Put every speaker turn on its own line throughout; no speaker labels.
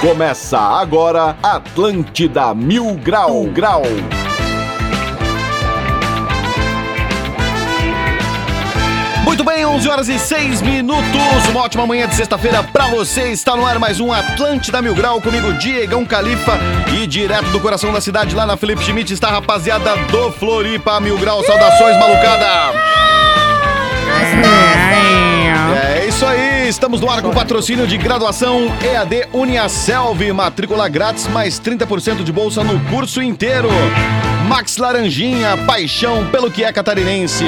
Começa agora Atlântida Mil Grau Grau.
Muito bem, 11 horas e 6 minutos. Uma ótima manhã de sexta-feira pra você. Está no ar mais um Atlântida Mil Grau comigo, Diegão Califa. E direto do coração da cidade, lá na Felipe Schmidt, está a rapaziada do Floripa Mil Grau. Saudações, malucada! É isso aí, estamos no ar com o patrocínio de graduação EAD Uniaselv, matrícula grátis, mais 30% de bolsa no curso inteiro. Max Laranjinha, paixão pelo que é catarinense.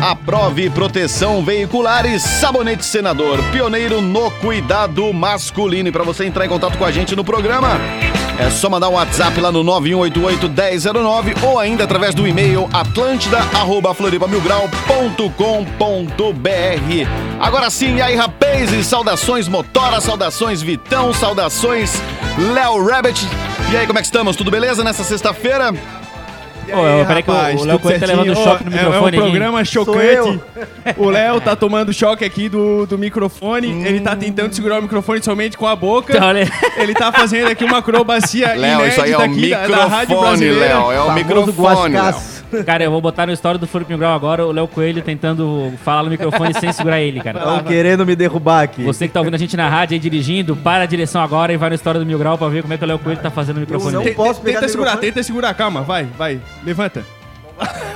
Aprove proteção veicular e sabonete senador, pioneiro no cuidado masculino. E para você entrar em contato com a gente no programa, é só mandar um WhatsApp lá no 9188-1009 ou ainda através do e-mail atlântida.floripamilgrau.com.br Agora sim, e aí rapazes, saudações Motora, saudações Vitão, saudações Léo Rabbit. E aí, como é que estamos? Tudo beleza nessa sexta-feira?
Ô, peraí que o- o Léo Coelho tá levando choque no microfone
É um
aqui.
programa chocante. O Léo tá tomando choque aqui do, do microfone. Ele tá tentando segurar o microfone somente com a boca.
Hum. Então, olha-
Ele tá fazendo aqui uma acrobacia
Léo, isso aí é
um
o
inédita aqui da- da Rádio
microfone,
Brasileira.
Léo. É o microfone, Léo.
Cara, eu vou botar no story do Felipe Grau agora o Léo Coelho tentando falar no microfone sem segurar ele, cara.
Estão querendo me derrubar aqui.
Você que tá ouvindo a gente na rádio aí dirigindo, para a direção agora e vai no story do Mil Grau pra ver como é que o Léo Coelho tá fazendo no microfone.
não-
dele.
Posso pegar
tenta
o
segurar,
microfone?
tenta segurar. Calma, vai, vai. Levanta.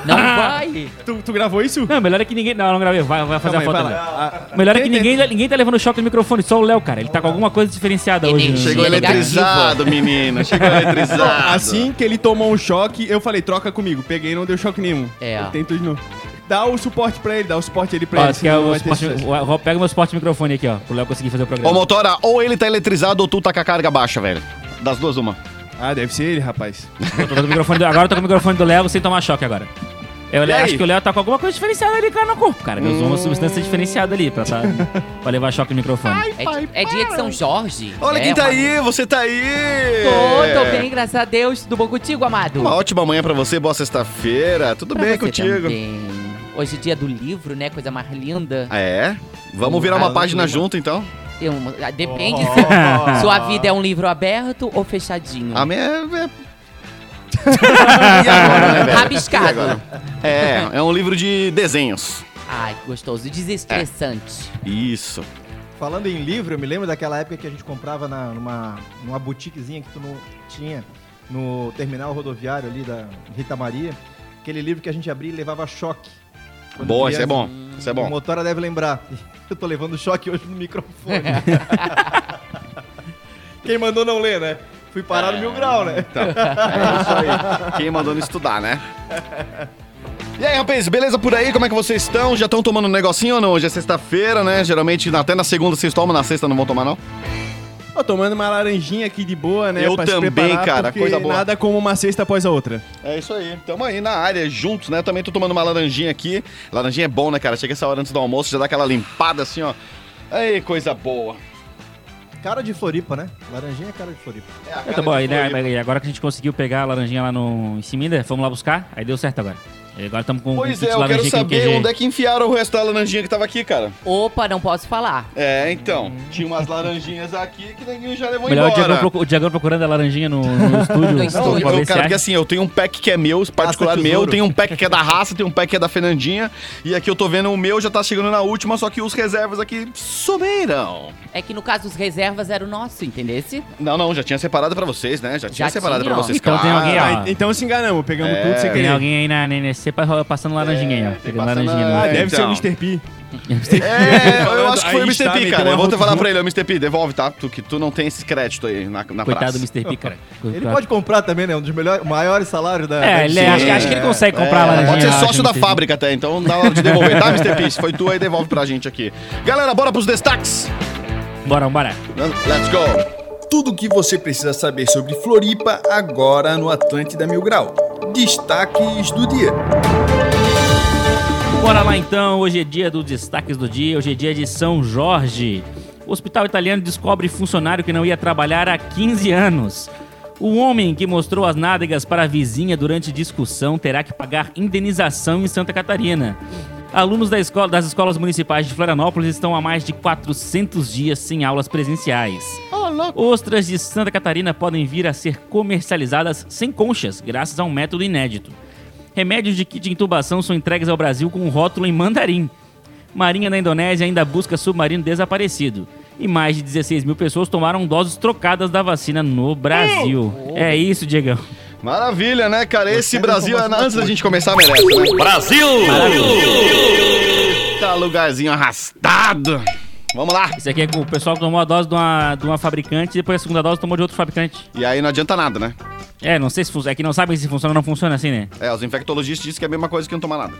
Não
Ah, É
vai!
Tu, tu gravou isso?
Não, melhor é que ninguém. Não, não gravei. Vai, vai fazer
Calma aí,
a
vai
foto.
lá.
né?
Ah,
Melhor é que
tenta-
ninguém, ninguém tá levando choque no microfone, só o Léo, cara. Ele tá com alguma coisa diferenciada hoje. né?
Chegou
Chega
eletrizado, menina. Chegou
Não,
eletrizado.
assim que ele tomou um choque, eu falei, troca comigo. Peguei, não deu choque nenhum.
É.
Ele tentou de novo. Dá o suporte pra ele, dá o suporte ali pra
Ó,
ele.
que é
senão
o
vai ter
suporte-
sucesso.
o- pega o meu suporte microfone aqui, ó, pro Léo conseguir fazer
Ô,
o programa.
motora, ou ele tá eletrizado ou tu tá com a carga baixa, velho. Das duas, uma.
Ah, deve ser ele, rapaz.
Eu tô com o microfone do- agora eu tô com o microfone do Léo sem tomar choque agora. Eu
E aí? Hum.
acho que o Léo tá com alguma coisa diferenciada ali, cara, no corpo, cara. Ele usou uma substância diferenciada ali pra, tá, pra levar choque no microfone.
É, di- é dia de São Jorge.
Olha
né?
quem tá
Uma-
aí, É. você tá aí.
Tô, tô bem, graças a Deus. Tudo bom contigo, amado?
Uma ótima manhã pra você, boa sexta-feira. Tudo
Pra
bem
você
contigo?
também. Hoje é dia do livro, né? Coisa mais linda.
Ah, É? Vamos virar
Ah,
uma página junto, então?
Eu- ah, depende
Oh.
se sua vida é um livro aberto ou fechadinho.
A minha é... é- e agora, né, velho?
Rabiscado.
E agora? É, é um livro de desenhos.
Ai, que gostoso. Desestressante.
Isso.
Falando em livro, eu me lembro daquela época que a gente comprava na, numa, numa boutiquezinha que tu não tinha no terminal rodoviário ali da Rita Maria. Aquele livro que a gente abria e levava choque. Quando
Boa, isso
criança,
é bom. Isso é
O
bom.
motora deve lembrar. Eu tô levando choque hoje no microfone. Quem mandou não ler, né? Fui parar no mil grau, né?
É isso aí. Quem mandou não estudar, né? E aí, rapaz, beleza por aí? Como é que vocês estão? Já estão tomando um negocinho ou não? Hoje é sexta-feira, né? Geralmente até na segunda vocês tomam, na sexta não vão tomar, não?
Tô tomando uma laranjinha aqui de boa, né?
Eu
pra se
também,
preparar,
cara,
porque
coisa boa.
Nada como uma cesta após a outra.
É isso aí. Tamo aí na área, juntos, né? Também tô tomando uma laranjinha aqui. Laranjinha é bom, né, cara? Chega essa hora antes do almoço, já dá aquela limpada assim, ó. Aí, coisa boa.
Cara de Floripa, né? Laranjinha é cara de Floripa.
É, a
É, tá
cara
bom,
de
aí, né,
Floripa.
aí agora que a gente conseguiu pegar a laranjinha lá no em Ciminda, fomos lá buscar, aí deu certo agora. E Agora estamos com
Pois é, eu quero saber onde é que enfiaram o resto da laranjinha que tava aqui, cara.
Opa, não posso falar.
É, então. Tinha umas laranjinhas aqui que ninguém já levou
Uhum. Melhor o Diagão,
embora.
procu- o Diagão procurando a laranjinha no, no
No
estúdio.
estúdio.
Não,
pra
eu,
ver se
cara, porque
acha.
assim, eu tenho um pack que é meu, particular
Caça
meu,
tesouro.
tenho um pack que é da raça, tenho um pack que é da Fernandinha, e aqui eu tô vendo o meu já tá chegando na última, só que os reservas aqui sumiram.
É que no caso os reservas era o nosso, entendesse?
Não, não, já tinha separado pra vocês, né? Já tinha
Já
separado
tinha,
pra
ó.
vocês,
Então tem alguém, ó.
Ah, então se enganamos, pegamos
É,
tudo sem
Tem
querer.
alguém aí na NNC pa- passando laranjinha aí, ó.
tem
Pegando
É, passando
laranjinha
a-
Ah,
no...
deve
Então.
ser o Mr. P.
É, eu acho que foi o
Aí
Mr.
está,
P,
meteu
cara.
uma
Eu vou até
roupa
falar
junto.
pra ele, ó, Mr. P, devolve, tá? Tu, que tu não tem esse crédito aí na, na
Coitado
praça.
do Mr. P, cara.
Ele pode comprar também, né? Um dos melhores, maiores salários da. da
É, ele,
história.
acho, que- acho que ele consegue comprar a
É,
laranjinha.
pode ser
eu acho,
sócio da
Mr. P.
fábrica até, então dá hora de devolver, tá, Mr. P? Se foi tu aí, devolve pra gente aqui. Galera, bora pros destaques.
Bora, bora.
Let's go.
Tudo o que você precisa saber sobre Floripa agora no Atlântida Mil Grau. Destaques do dia.
Bora lá então, hoje é dia dos destaques do dia, hoje é dia de São Jorge. O hospital italiano descobre funcionário que não ia trabalhar há 15 anos. O homem que mostrou as nádegas para a vizinha durante discussão terá que pagar indenização em Santa Catarina. Alunos da escola- das escolas municipais de Florianópolis estão há mais de 400 dias sem aulas presenciais. Ostras de Santa Catarina podem vir a ser comercializadas sem conchas, graças a um método inédito. Remédios de kit de intubação são entregues ao Brasil com um rótulo em mandarim. Marinha da Indonésia ainda busca submarino desaparecido. E mais de 16 mil pessoas tomaram doses trocadas da vacina no Brasil. É isso, Diegão.
Maravilha, né, cara? Esse Brasil, é- antes da gente começar, merece, né?
Brasil!
Tá lugarzinho arrastado. Vamos lá.
Isso aqui é com o pessoal que tomou a dose de uma, de uma fabricante e depois a segunda dose tomou de outro fabricante.
E aí não adianta nada, né?
É, não sei se funciona. É que não sabe se funciona ou não funciona assim, né?
É, os infectologistas dizem que é a mesma coisa que não tomar nada.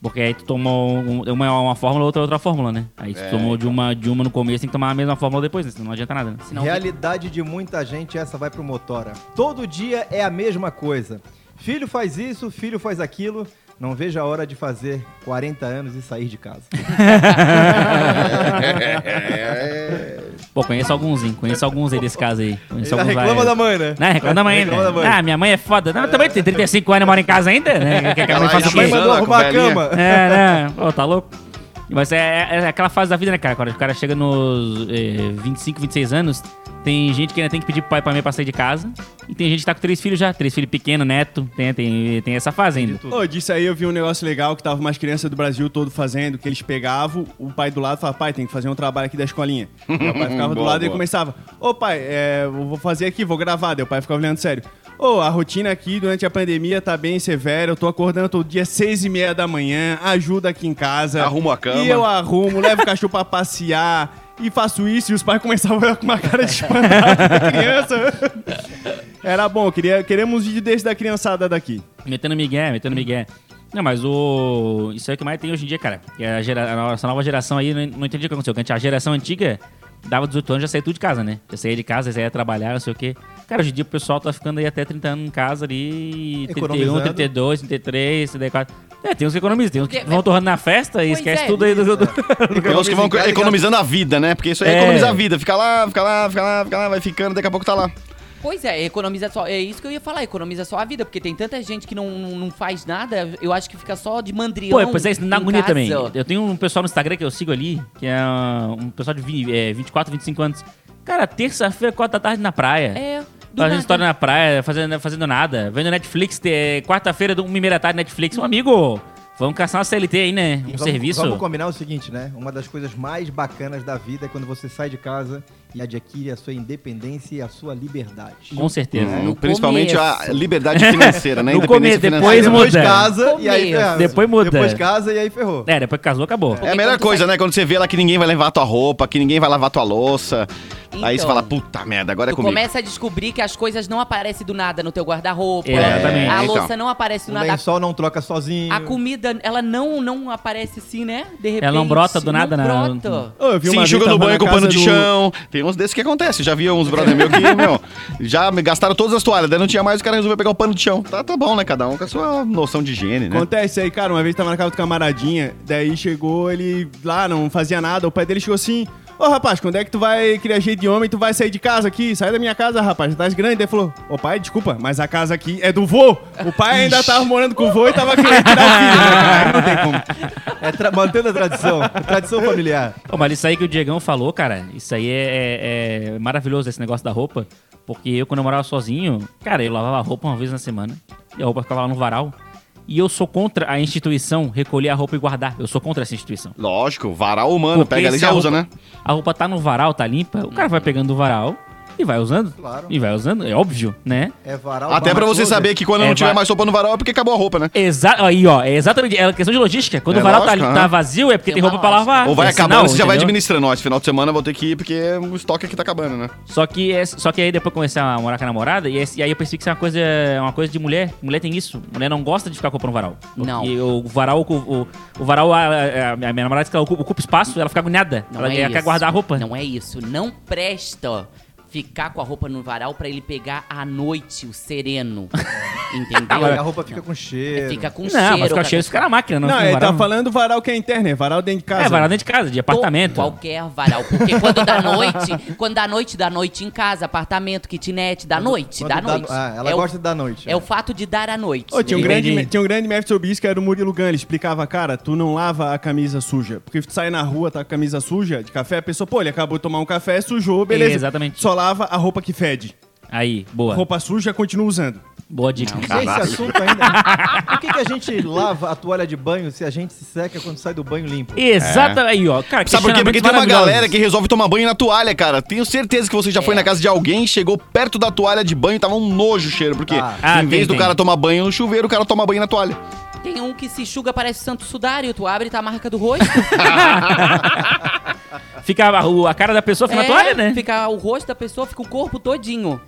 Porque aí tu tomou um- uma, uma fórmula, outra outra fórmula, né? Aí
É.
tu tomou de uma, de uma no começo, tem que tomar a mesma fórmula depois, né? Senão não adianta nada. né?
Senão fica-
Realidade de muita gente, essa vai pro Motora. Todo dia é a mesma coisa. Filho faz isso, filho faz aquilo. Não vejo a hora de fazer 40 anos e sair de casa.
Pô, conheço alguns, hein? Conheço alguns aí desse caso aí. Conheço alguns vários.
mãe, né?
Né? Reclama da mãe ainda.
Reclama da mãe.
Ah, minha mãe é foda. Não, eu também tenho 35 anos e moro em casa ainda, né? Quer que a mãe faça o
é A mãe
quê?
mandou
Anda com
arrumar a
velhinha.
cama.
É, né? Pô, tá louco? Mas é, é aquela fase da vida, né, cara? Quando o cara chega nos eh, 25, 26 anos, tem gente que ainda tem que pedir pro pai e pra mãe pra sair de casa. E tem gente que tá com três filhos já. Três filhos pequenos, neto. Tem, tem, tem essa fase ainda.
Ô, disso aí eu vi um negócio legal que tava umas crianças do Brasil todo fazendo, que eles pegavam, o pai do lado falava, pai, tem que fazer um trabalho aqui da escolinha. Aí o pai ficava do
Boa,
lado e
boa.
começava, ô pai, é, eu vou fazer aqui, vou gravar. Daí o pai ficava olhando sério. Ô, a rotina aqui durante a pandemia tá bem severa, eu tô acordando todo dia seis e meia da manhã, ajuda aqui em casa.
Arrumo a cama."
E eu arrumo, levo o cachorro pra passear. E faço isso, e os pais começavam a olhar com uma cara de espantado da criança. Era bom, queria, queremos vídeo desse da criançada daqui.
Metendo migué, metendo migué. Não, mas o. Isso é o que mais tem hoje em dia, cara. E a gera- a nossa- essa nova geração aí, não, não entendi o que aconteceu. Porque A geração antiga dava 18 anos, já saía tudo de casa, né? Já saía de casa, já saía trabalhar, não sei o quê. Cara, hoje em dia o pessoal tá ficando aí até 30 anos em casa ali. 31,
Economizando.
32, 33, 34. É, tem uns que economizam, tem uns que
De-
vão torrando na festa e
Pois
esquece
é.
tudo aí do. do- do-
Tem uns que vão economizando a vida, né? Porque isso aí é
É.
economizar a vida. Fica lá, fica lá, fica lá, fica lá, vai ficando, daqui a pouco tá lá.
Pois é, economiza só. É isso que eu ia falar, economiza só a vida, porque tem tanta gente que não, não não faz nada, eu acho que fica só de mandrião.
Pô, pois é, isso me dá
em
agonia
casa.
também. Eu tenho um pessoal no Instagram que eu sigo ali, que é ah, um pessoal de vi- é, 24, 25 anos. Cara, terça-feira, 4 da tarde na praia.
É. do
Fazendo
nada.
história tá na praia, fazendo, fazendo nada. Vendo Netflix, ter- quarta-feira, do- uma e meia da tarde, Netflix. Um amigo, vamos caçar uma CLT aí, né? Um
Vamos-
serviço.
Vamos combinar o seguinte, né? Uma das coisas mais bacanas da vida é quando você sai de casa e adquire a sua independência e a sua liberdade.
Com certeza.
No- Né? Principalmente
começo.
a liberdade financeira, né?
É, No
Independência
começo,
financeira.
depois muda.
casa e aí
Começo.
ferrou.
Depois muda.
Depois casa e aí ferrou.
É, depois que casou, acabou.
É a melhor
Porque quando tu
coisa,
sai-
né? Quando você vê lá que ninguém vai levar tua roupa, que ninguém vai lavar tua louça. Aí você
Então.
fala, puta merda, agora é
Tu
comigo.
começa a descobrir que as coisas não aparecem do nada no teu guarda-roupa.
É, Exatamente.
A
Então.
louça não aparece do
O
nada.
lençol não troca sozinho.
A, a comida, ela não, não aparece assim, né? De repente.
Ela não brota do nada,
não
né?
brota.
Ô, eu vi
Se
uma
enxuga
vez,
no
tava
banho
na
com pano
casa
de
do-
chão. Tem uns desses que acontece. Já vi uns brother meu que, meu, já me gastaram todas as toalhas. Daí não tinha mais, o cara resolveu pegar o pano de chão. Tá, tá bom, né? Cada um com a sua noção de higiene, né?
Acontece aí, cara, uma vez tava na casa do camaradinha, daí chegou ele lá, não fazia nada, o pai dele chegou assim, ô rapaz, quando é que tu vai criar jeito de homem, tu vai sair de casa aqui, sai da minha casa, rapaz, tá grande, daí falou, ô pai, desculpa, mas a casa aqui é do vô, o pai ainda tava morando com o vô e tava querendo tirar o filho, né, cara? não tem como.
É tra- mantendo a tradição. tradição familiar.
Ô, mas isso aí que o Diegão falou, cara, isso aí é, é- é maravilhoso, esse negócio da roupa. Porque eu, quando eu morava sozinho, cara, eu lavava a roupa uma vez na semana. E a roupa ficava lá no varal. E eu sou contra a instituição recolher a roupa e guardar. Eu sou contra essa instituição.
Lógico, varal humano.
Porque
Pega ali e
se
é
já
a
usa,
roupa-
né?
A roupa tá no varal, tá limpa, o cara vai pegando do varal e vai usando.
Claro.
E vai usando, é óbvio, né?
É varal.
Até pra
barra
você
closet.
saber que quando
É,
não tiver
vai-
mais sopa no varal é porque acabou a roupa, né?
Exato, aí ó, é exatamente, é questão de logística. Quando
É
o varal tá,
lógico,
tá
aham.
vazio é porque
Tem
tem,
uma
roupa pra
lógica.
lavar.
Ou vai
É
acabando,
sinal,
você já vai
entendeu?
administrando. Ó, esse final de semana eu vou ter que ir porque
é um
o estoque aqui tá acabando, né?
Só que, é- só que aí depois eu comecei a morar com a namorada e, esse- e aí eu percebi que isso é uma coisa, é uma coisa de mulher. Mulher tem isso. Mulher não gosta de ficar comprando varal.
Não.
E o varal, o, o- o varal, a, a- a minha namorada diz que ela ocupa, ocupa espaço, ela fica agoniada.
Não
ela ela
é isso.
quer guardar a roupa.
Não é isso. Não presta ficar com a roupa no varal pra ele pegar à noite o sereno. Entendeu?
Aí a roupa fica com cheiro.
Fica com é um cheiro. tá
Não, mas com
cara.
cheiro é fica na máquina, não.
Não,
fica
um
no
ele tá
varal.
falando varal que é interno, é varal dentro de casa.
É, varanda de casa, de apartamento.
Qualquer varal. Porque quando dá noite, quando dá noite, dá noite em casa, apartamento, kitnet, dá noite,
Quando
dá
dá-
noite.
ah, ela
é
gosta
o,
da noite.
É o fato de dar à noite.
Ô, tinha, um
Entendi.
grande, tinha um grande mestre sobre isso que era o Murilo Gun. Ele explicava, cara, tu não lava a camisa suja. Porque tu sai na rua, tá com a camisa suja de café, a pessoa, pô, ele acabou de tomar um café, sujou, beleza.
Exatamente.
Só lava a roupa que fede.
Aí, boa.
Roupa suja, continua usando.
Boa dica.
Esse assunto ainda. é- Por que, que a gente lava a toalha de banho se a gente se seca quando sai do banho limpo?
Exatamente. Aí, ó. Cara,
Sabe por quê? Porque tem uma
questionamentos
galera que resolve tomar banho na toalha, cara. Tenho certeza que você já foi
É.
na casa de alguém, chegou perto da toalha de banho, tava um nojo o cheiro. Porque
Ah.
Ah,
em
tem,
vez do
tem.
cara tomar banho no chuveiro, o cara toma banho na toalha.
Tem um que se enxuga, parece Santo Sudário. Tu abre e tá a marca do rosto.
maravilhosos. Fica a, o- a cara da pessoa fica
É,
na toalha, né?
Fica o rosto da pessoa, fica o corpo todinho.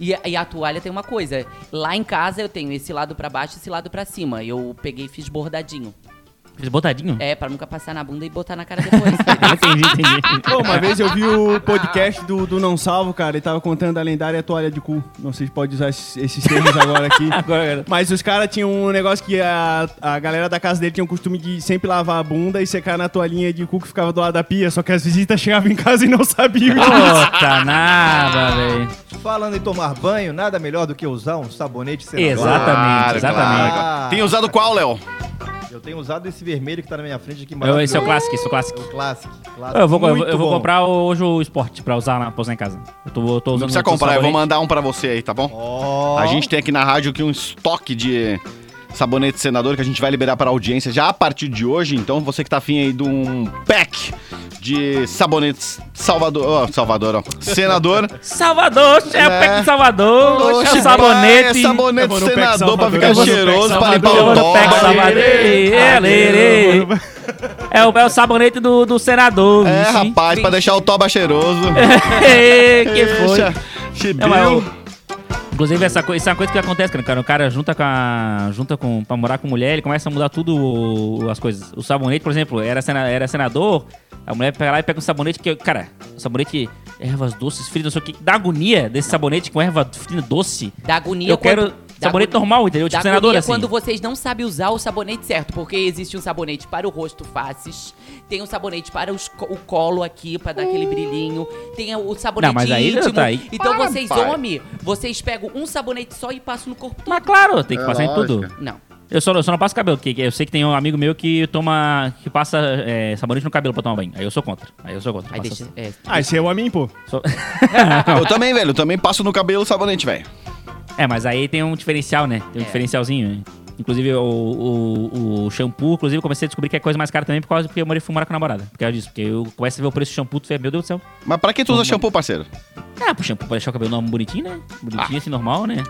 E, a- e a toalha tem uma coisa. Lá em casa eu tenho esse lado pra baixo e esse lado pra cima. Eu peguei e fiz bordadinho.
Botadinho?
É, pra nunca passar na bunda e botar na cara depois. entendeu?
Entendi, entendi.
Pô, uma vez eu vi o podcast do, do Não Salvo, cara, ele tava contando a lendária toalha de cu. Não sei se pode usar esses, esses termos agora aqui.
Agora, agora.
Mas os caras tinham um negócio que a, a galera da casa dele tinha o costume de sempre lavar a bunda e secar na toalhinha de cu que ficava do lado da pia, só que as visitas chegavam em casa e não sabiam.
Puta nada, velho.
Falando em tomar banho, nada melhor do que usar um sabonete senador.
Exatamente,
Claro,
exatamente.
Ah.
Tem usado qual, Léo?
Eu tenho usado esse vermelho que tá na minha frente aqui
Eu- Esse é o
maravilhoso.
clássico, esse é o
É
clássico.
o clássico. clássico.
Eu vou, eu vou-
Muito
eu vou
bom.
comprar o- hoje o esporte pra usar, na, pra usar em casa. Eu tô, eu tô usando
Não precisa
muito
comprar, eu vou
sabonete.
mandar um pra você aí, tá bom?
Ó.
A gente tem aqui na rádio aqui um estoque de sabonete senador que a gente vai liberar para audiência já a partir de hoje. Então você que tá afim aí de um pack de sabonetes Salvador, ó, Salvador, ó, senador.
Salvador, é o pack de Salvador, é
Oxe,
o sabonete.
É sabonete
Eu vou no pack
senador pra
Salvador.
ficar
Eu vou no pack
cheiroso, pra limpar
Eu
o
vou no pack
toba.
Salvador. É, lê, lê. É o, é o sabonete do, do senador.
É,
vixe.
rapaz, pra deixar o toba cheiroso.
Ê, que foi?
Deixa, Chibiu.
Não,
É
mas eu- É Inclusive, essa coisa, isso é uma coisa que acontece, cara. O cara junta com a. junta com. pra morar com mulher, ele começa a mudar tudo o- as coisas. O sabonete, por exemplo, era, sena- era senador, a mulher pega lá e pega um sabonete que. Cara, sabonete. Ervas doces, fritas, não sei o que. Dá agonia desse sabonete com erva frita doce.
Da agonia.
Eu quero
da
sabonete
agonia-
normal, entendeu? Tipo
da
senador,
agonia
assim.
quando vocês não sabem usar o sabonete certo, porque existe um sabonete para o rosto faces, tem um sabonete para os co- o colo aqui, para dar aquele brilhinho, tem o sabonete
Não, mas aí
íntimo.
tá aí.
Então
Para,
vocês,
pai.
homem, vocês pegam um sabonete só e passam no corpo todo.
Mas claro, tem que passar em tudo.
Não.
Eu só, eu só não passo cabelo, porque eu sei que tem um amigo meu que toma. que passa é, sabonete no cabelo pra tomar banho. Aí eu sou contra. Aí eu sou contra.
Aí
Passa- assim.
deixa. É,
Ah, esse é o Amin, pô.
sou-
Eu também, velho, eu também passo no cabelo sabonete, velho.
É, mas aí tem um diferencial, né? Tem um
É.
diferencialzinho, né? Inclusive, o, o, o shampoo, inclusive, eu comecei a descobrir que é coisa mais cara também por causa porque eu morei fumar com a namorada. Por causa disso, porque eu começo a ver o preço do shampoo, tu vê, meu Deus do céu.
Mas pra que tu usa shampoo, parceiro?
Ah, pro shampoo pra deixar o cabelo normal, bonitinho, né?
Ah.
Bonitinho, assim, normal, né?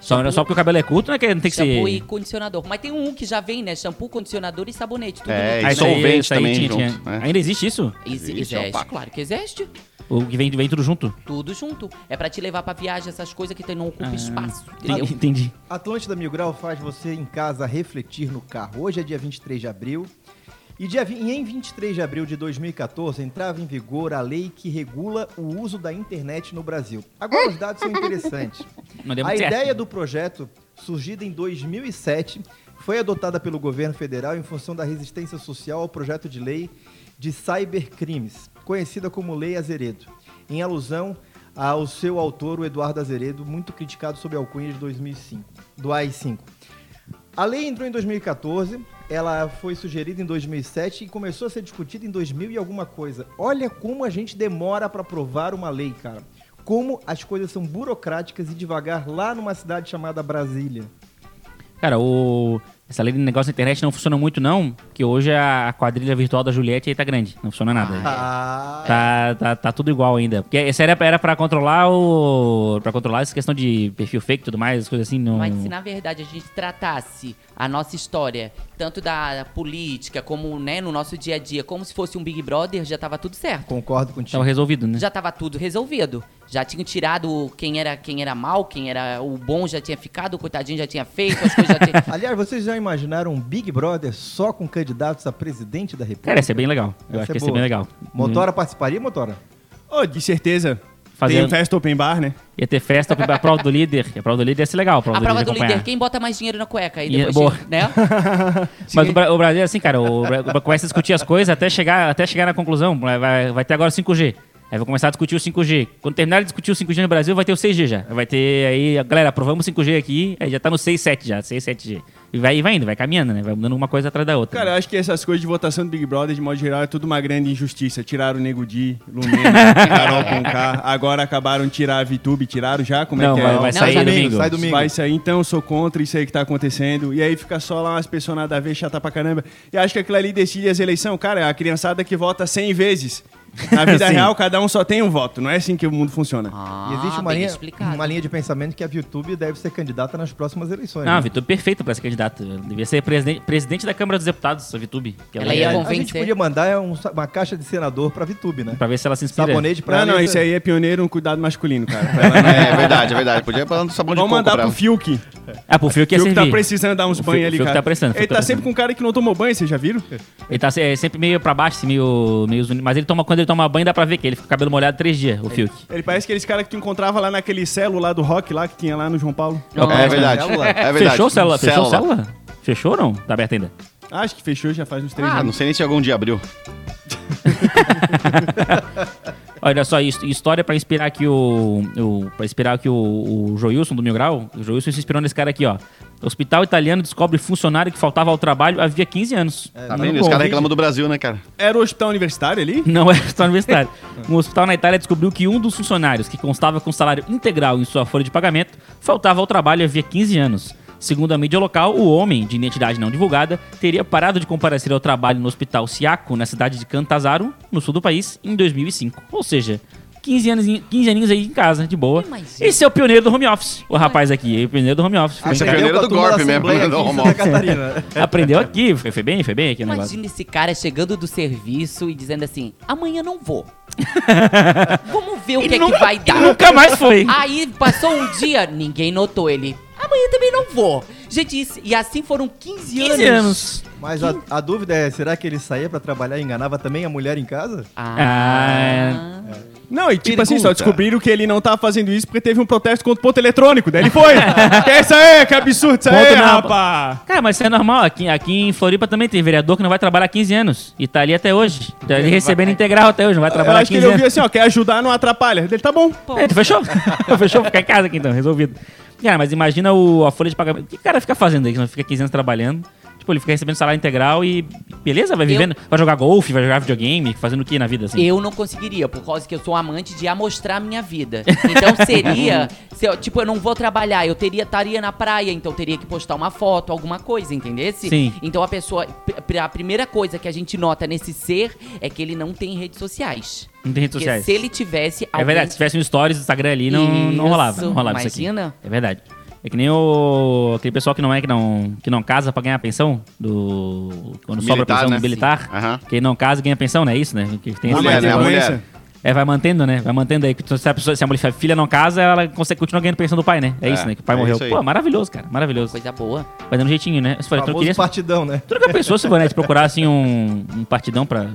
Só, só porque o cabelo é curto, né? Que não tem que
shampoo e
ser...
condicionador. Mas tem um que já vem, né? Shampoo, condicionador e sabonete. Tudo
É,
junto.
e
Ah, isso aí-
solvente
isso aí
também
tinha-
junto,
tinha.
né?
Ainda existe isso?
Exi-
Existe,
Existe,
é opaco.
claro que existe.
O que vem, vem tudo junto?
Tudo junto. É pra te levar pra viagem, essas coisas que tem- não
Ah.
ocupa espaço, entendeu?
Entendi.
Atlântida Mil Grau faz você em casa refletir no carro. Hoje é dia 23 de abril. E, dia vi- e em 23 de abril de 2014 entrava em vigor a lei que regula o uso da internet no Brasil. Agora os dados são interessantes.
Não deu
a
é muito certo.
ideia do projeto, surgida em 2007, foi adotada pelo governo federal em função da resistência social ao projeto de lei de cybercrimes, conhecida como Lei Azeredo, em alusão ao seu autor, o Eduardo Azeredo, muito criticado sob a alcunha de 2005, do AI-5. A lei entrou em 2014, ela foi sugerida em 2007 e começou a ser discutida em 2000 e alguma coisa. Olha como a gente demora para aprovar uma lei, cara. Como as coisas são burocráticas e devagar lá numa cidade chamada Brasília.
Cara, o... essa lei de negócio da internet não funciona muito, não. Porque hoje a quadrilha virtual da Juliette aí tá grande. Não funciona nada.
Ah,
Tá, tá, tá tudo igual ainda. Porque essa era, era pra controlar o. Pra controlar essa questão de perfil fake e tudo mais, coisas assim. Não...
Mas se na verdade a gente tratasse a nossa história, tanto da política como né, no nosso dia a dia, como se fosse um Big Brother, já tava tudo certo.
concordo contigo.
Tava resolvido, né?
Já tava tudo resolvido. Já tinham tirado quem era quem era mal, quem era o bom já tinha ficado, o coitadinho já tinha feito, as coisas já tinham.
Aliás, vocês já imaginaram um Big Brother só com candidatos a presidente da República?
Cara, ia ser bem legal. é Uhum. Eu
Essa
acho
é
que ia ser
boa.
bem legal.
Motora participaria, Motora?
Ô, de certeza. Tem
fazer.
festa open bar, né?
Ia ter festa pra a prova do líder. E a prova do líder ia ser legal. A prova,
A prova do
acompanhar.
líder, quem bota mais dinheiro na cueca aí
E- é
depois,
boa.
de- né?
Mas o, Bra- o Brasil é assim, cara. O, Bra- o Bra- começa a discutir as coisas até chegar, até chegar na conclusão. Vai, vai- vai ter agora o 5G. Aí vai começar a discutir o 5G. Quando terminar de discutir o 5G no Brasil, vai ter o 6G já. Vai ter aí, a- galera, aprovamos o 5G aqui, aí já tá no 6, 7 já, 6, 7G. E vai, e vai indo, vai caminhando, né? Vai mudando uma coisa atrás da outra.
Cara, eu acho que essas coisas de votação do Big Brother, de modo geral, é tudo uma grande injustiça. Tiraram o Nego Di, Lumena, Carol Conká, agora acabaram de tirar a VTube, tiraram já? Como
não,
é que
vai,
é?
vai
Não,
sair
já
domingo,
domingo.
sai do- domingo.
Vai sair, então eu sou contra isso aí que tá acontecendo. E aí fica só lá umas pessoas nada a ver, chata pra caramba. E acho que aquilo ali decide as eleições. Cara, é a criançada que vota 100 vezes. Na vida
Sim.
real, cada um só tem um voto. Não é assim que o mundo funciona.
Ah,
E existe uma
bem
linha,
explicado.
uma linha de pensamento que a VTube deve ser candidata nas próximas eleições.
Não, a
né?
Vitube perfeita pra ser candidata. Devia ser presidente, presidente da Câmara dos Deputados, a Vitube. que é
Ela ia
a gente
convencer.
podia mandar um sa- uma caixa de senador pra VTube, né?
Pra ver se ela se inspira.
Sabonete pra
Não,
ela
não,
e-
isso aí é pioneiro no cuidado masculino, cara. Pra ela não-
É verdade, é verdade. Podia falar
um
do sabão de
Vamos
coco
mandar
pra
pro
ela.
Fiuk.
Ah, pro Fio que ia
Fiuk tá
servir.
precisando dar uns
O
banhos
Fiuk-
ali,
Fiuk
cara.
tá precisando, o
Ele
Fiuk
tá
tá
sempre
precisando.
com um cara que não tomou banho, vocês já viram?
Ele tá se- é, sempre meio pra baixo, assim, meio, meio zunido. Mas ele toma, quando ele toma banho, dá pra ver que ele fica com o cabelo molhado três dias, o Fiuk.
Ele parece aqueles caras que tu encontrava lá naquele celo lá do rock lá que tinha lá no João Paulo.
É verdade. É verdade.
Fechou o celular? Fechou o celular? Fechou ou não? Tá aberto ainda.
Acho que fechou já faz uns três
Ah,
anos.
não sei nem se algum dia abriu.
Olha só, his- história pra inspirar aqui o. o pra inspirar aqui o, o Joilson do Mil Grau. O Joilson se inspirou nesse cara aqui, ó. Hospital italiano descobre funcionário que faltava ao trabalho havia 15 anos.
É,
Tá vendo? Os caras reclamam do Brasil, né, cara?
Era o hospital universitário ali?
Não é hospital universitário. Um hospital na Itália descobriu que um dos funcionários, que constava com salário integral em sua folha de pagamento, faltava ao trabalho havia 15 anos. Segundo a mídia local, o homem, de identidade não divulgada, teria parado de comparecer ao trabalho no hospital Siaco, na cidade de Cantasaro, no sul do país, em 2005. Ou seja, 15 anos, em- 15 aninhos aí em casa, de boa.
Mas
Esse é o pioneiro do home office. O rapaz aqui, é o pioneiro do home office.
Esse é
Entendeu?
pioneiro
Com a
do
turma
golpe
da
mesmo,
Assembleia
do
aqui em
Home
Santa Catarina. né?
Aprendeu aqui, foi, foi bem, foi bem aqui o negócio.
Imagina esse cara chegando do serviço e dizendo assim: amanhã não vou. Vamos ver o que é que vai dar.
e nunca mais foi.
Aí passou um dia, ninguém notou ele. Amanhã também não vou. Gente, isso- e assim foram 15,
15 anos.
Mas a, a dúvida é, será que ele saía pra trabalhar e enganava também a mulher em casa?
Ah.
Não, e tipo assim, só descobriram que ele não tava fazendo isso porque teve um protesto contra o ponto eletrônico. Daí ele foi. que é isso aí? Que absurdo é, isso aí,
Ponto na-
rapá!
Cara, mas isso é normal. Aqui, aqui em Floripa também tem vereador que não vai trabalhar há 15 anos. E tá ali até hoje. Tá ali recebendo integral até hoje, não vai
Eu
trabalhar há
acho que
15
ele
anos.
ouviu assim, ó, quer ajudar, não atrapalha. Ele tá bom.
É, tu fechou? fechou? Ficar em casa aqui então, resolvido. Cara, mas imagina o, a folha de pagamento. O que o cara fica fazendo aí? que não Fica 15 anos trabalhando. Tipo, ele fica recebendo salário integral e. Beleza, vai vivendo. Vai jogar golfe, vai jogar videogame, fazendo o que na vida assim?
Eu não conseguiria, por causa que eu sou amante de amostrar minha vida. Então seria, se eu- tipo, eu não vou trabalhar, eu teria estaria na praia, então teria que postar uma foto, alguma coisa, entendesse?
Sim.
Então a pessoa, p- p- a primeira coisa que a gente nota nesse ser é que ele não tem redes sociais.
Não tem redes
Porque
sociais.
se ele tivesse
É verdade, se tivesse um stories do Instagram ali, não, não
Isso,
rolava. Não rolava isso
imagina.
aqui. É verdade. É que nem o. aquele pessoal que não é, que não, que não casa pra ganhar pensão. Do. Quando sobra a
Militar,
pensão
né?
do militar.
Sim. Aham.
Quem não casa ganha pensão, não é isso, né? Que tem esse-
Mulher, né? A mulher.
É, vai mantendo, né? Vai mantendo aí. Se a, pessoa, se a mulher, se a filha não casa, ela consegue continuar ganhando pensão do pai, né? É, isso, né? Que o pai
é
morreu.
isso aí.
Pô, maravilhoso, cara. Maravilhoso.
Coisa boa.
Vai dando um jeitinho, né? Eu falei, tu não
famoso
queria.
partidão, né?
Tu nunca pensou, Silvanete, procurar assim um, um partidão pra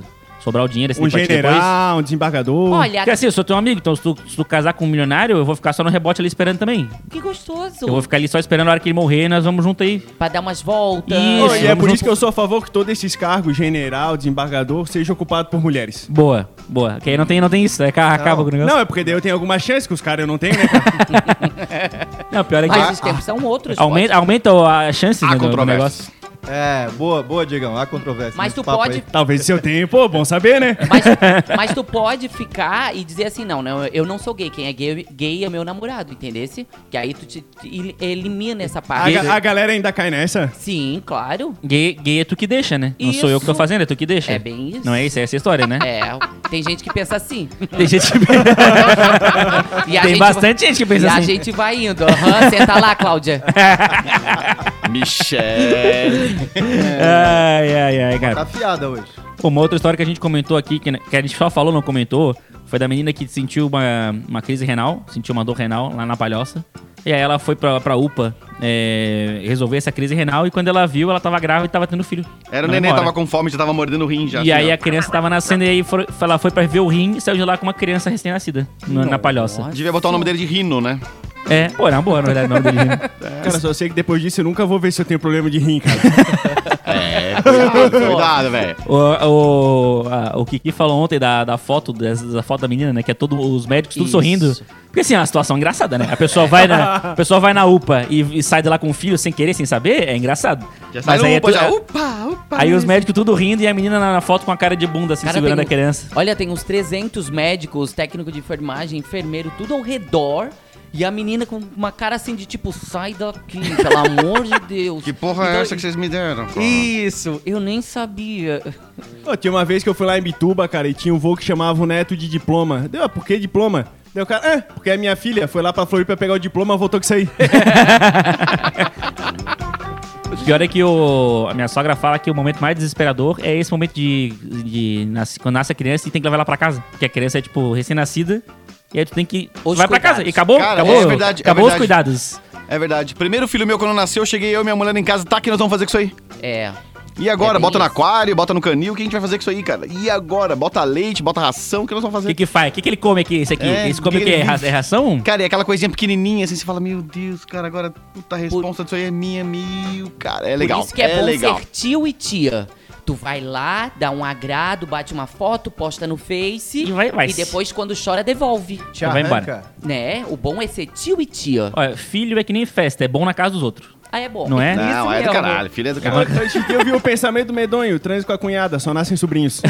sobrar o dinheiro assim
Um
pra ti depois?
general, um desembargador.
Olha,
Porque assim, eu sou teu amigo, então se tu, se tu casar com um milionário, eu vou ficar só no rebote ali esperando também.
que gostoso.
Eu vou ficar ali só esperando a hora que ele morrer, nós vamos junto aí.
Pra dar umas voltas.
Isso.
Oh, e é
vamos
por
no-
isso que eu sou a favor que todos esses cargos, general, desembargador, sejam ocupados por mulheres.
Boa, boa. Que aí não tem, não tem isso, é ca- acaba com o negócio.
Não, é porque daí eu tenho alguma chance que os caras eu não tenho, né?
Não, pior é que
Mas os tempos são outros.
aumenta,
Ah, pode.
aumenta a chance
Há
né, do, do
controvérsias.
negócio.
É, boa, boa, Digão, há controvérsia.
Mas
nesse
tu
papo
pode
aí.
Talvez se eu tenho, pô, bom saber, né?
Mas, mas tu pode ficar e dizer assim, não, não, eu não sou gay. Quem é gay, gay é meu namorado, entendesse? Que aí tu te, te il- elimina essa
A,
parte.
ga- a galera ainda cai nessa.
Sim, claro.
Gay, gay é tu que deixa, né? Não sou eu que tô
Isso.
fazendo, é tu que deixa.
É bem isso.
Não é isso, é essa história, né?
É, tem gente que pensa assim.
Tem gente que-
E a
Tem
gente
bastante gente que
vai,
pensa
E a
assim. É,
gente vai indo. Aham, senta lá, Cláudia.
Michel.
Ai, ai, ai, cara.
Tá afiada hoje.
Uma outra história que a gente comentou aqui, que né, que a gente só falou, não comentou, foi da menina que sentiu uma, uma crise renal, sentiu uma dor renal lá na palhoça. E aí ela foi pra, pra UPA é, resolver essa crise renal e quando ela viu, ela tava grávida e tava tendo filho.
Era o
na
neném,
mesma
tava
hora.
com fome, já tava mordendo o rim já.
E
assim,
aí
ó.
a criança tava nascendo e aí foi- ela foi pra ver o rim e saiu de lá com uma criança recém-nascida na, na palhoça.
Devia botar o nome dele de Rino, né?
É, pô, era uma boa, na verdade, o nome dele. né?
Cara, só sei que depois disso eu nunca vou ver se eu tenho problema de rim, cara.
Cuidado, Cuidado, velho.
O, o, a- o Kiki falou ontem da, da foto dessa- da foto da menina, né? Que é todo, os médicos tudo
Isso.
sorrindo. Porque assim, é uma situação engraçada, né? A pessoa vai na, a pessoa vai na UPA e, e sai de lá com o filho sem querer, sem saber, é engraçado.
Já sai no
aí, é
UPA,
tu-
já.
é-
Upa, upa.
aí os médicos tudo rindo e a menina na, na foto com a cara de bunda, assim,
Cara,
segurando
tem
a criança.
Olha, tem uns 300 médicos, técnico de enfermagem, enfermeiro, tudo ao redor. E a menina com uma cara assim de tipo, sai daqui, pelo amor de Deus.
Que porra
Então,
é essa que vocês me deram? pô?
Isso, eu nem sabia.
Pô, tinha uma vez que eu fui lá em Bituba, cara, e tinha um voo que chamava o neto de diploma. Deu, ah, por que diploma? Deu, o cara, é, porque é minha filha. Foi lá pra Floripa pegar o diploma, voltou com isso aí.
um-
O pior é que o, a minha sogra fala que o momento mais desesperador é esse momento de, de nasce- quando nasce a criança e tem que levar ela pra casa. Porque a criança é, tipo, recém-nascida. E aí tu tem que.
Os
vai pra
cuidados.
casa. E acabou?
Cara,
acabou
é verdade, é
acabou os
verdade.
cuidados.
É verdade. Primeiro filho meu, quando nasceu, cheguei eu e minha mulher em casa. Tá, o que nós vamos fazer com isso aí?
É.
E agora?
É bem
bota no
isso.
aquário, bota no canil. O que a gente vai fazer com isso aí, cara? E agora? Bota leite, bota ração. O que nós vamos
O
fazer?
que que faz? O que que ele come aqui, esse aqui?
É,
Esse come
que
o quê?
ele
É ra-
vive.
é ração?
Cara, e aquela coisinha pequenininha assim, você fala, meu Deus, cara, agora puta a responsa disso aí é minha, mil, cara. É legal.
Por isso que é, bom
legal.
ser tio e tia. Tu vai lá, dá um agrado, bate uma foto, posta no Face.
E vai- vai.
e depois, quando chora, devolve.
Te
Vai embora.
arranca.
Né? O bom é ser tio e tia.
Olha, filho é que nem festa, é bom na casa dos outros.
Ah, é bom.
Não é?
Não, é do caralho, filha é do caralho.
Hoje em dia eu vi o pensamento medonho, transe com a cunhada, só nascem sobrinhos.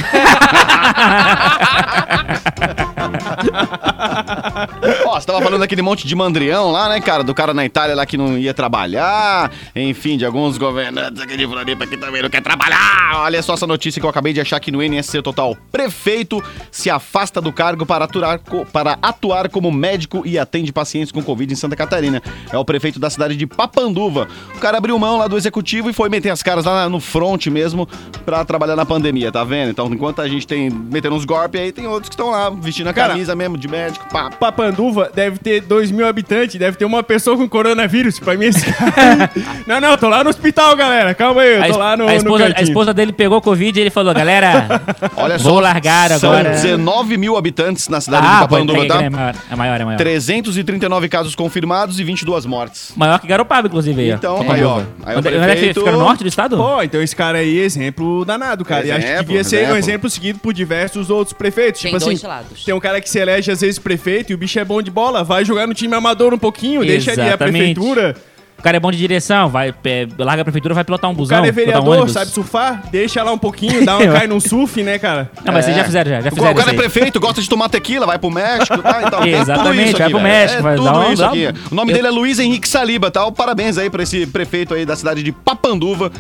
Ó, você tava falando daquele monte de mandrião lá, né, cara? Do cara na Itália lá que não ia trabalhar. Enfim, de alguns governantes aqui de Floripa que também não quer trabalhar. Olha só essa notícia que eu acabei de achar aqui no NSC Total. Prefeito se afasta do cargo para atuar, co- para atuar como médico e atende pacientes com Covid em Santa Catarina. É o prefeito da cidade de Papanduva. O cara abriu mão lá do executivo e foi meter as caras lá no front mesmo pra trabalhar na pandemia, tá vendo? Então, enquanto a gente tem metendo uns golpes aí, tem outros que estão lá vestindo a
Cara,
camisa mesmo de médico, pá,
Papanduva deve ter 2 mil habitantes, deve ter uma pessoa com coronavírus. Pra mim, esse cara. é não, não, tô lá no hospital, galera. Calma aí, eu
A,
tô
es-
lá no.
a esposa,
no
a
cantinho.
esposa dele pegou Covid e ele falou, galera, ah,
Olha
vou largar
são
agora.
19 mil habitantes na cidade de
Ah, pô,
Papanduva, tá?
entrega, né? é maior, é maior, é maior.
339 casos confirmados e 22 mortes.
Maior que Garopaba, inclusive. aí, ó.
Então,
É,
aí, ó. Aí o
Onde, onde é que
prefeito-
fica? No norte do estado?
Pô, então esse cara aí é exemplo danado, cara. e acho que
Exemplo,
devia ser
exemplo.
um exemplo seguido por diversos outros prefeitos.
Tem
tipo
dois
assim,
lados.
tem um cara que se elege às vezes prefeito e o bicho é bom de bola, vai jogar no time amador um pouquinho, deixa ali a
Exatamente.
prefeitura.
O cara é bom de direção, vai, é, larga a prefeitura, vai pilotar um
O
busão.
cara é
pilotar um
vereador,
ônibus.
sabe surfar, deixa lá um pouquinho, dá um cai num surf, né, cara?
Não, mas vocês
É.
já fizeram, já, já
O
fizeram
cara é
isso aí.
prefeito, gosta de tomar tequila, vai pro México, tá? Então, tem tudo
Exatamente,
isso
vai pro
velho.
México,
É
vai
tudo
dar um-
isso
dá um-
aqui. O nome
Eu-
dele é Luiz Henrique Saliba, tá? Parabéns aí pra esse prefeito aí da cidade de Papanduva,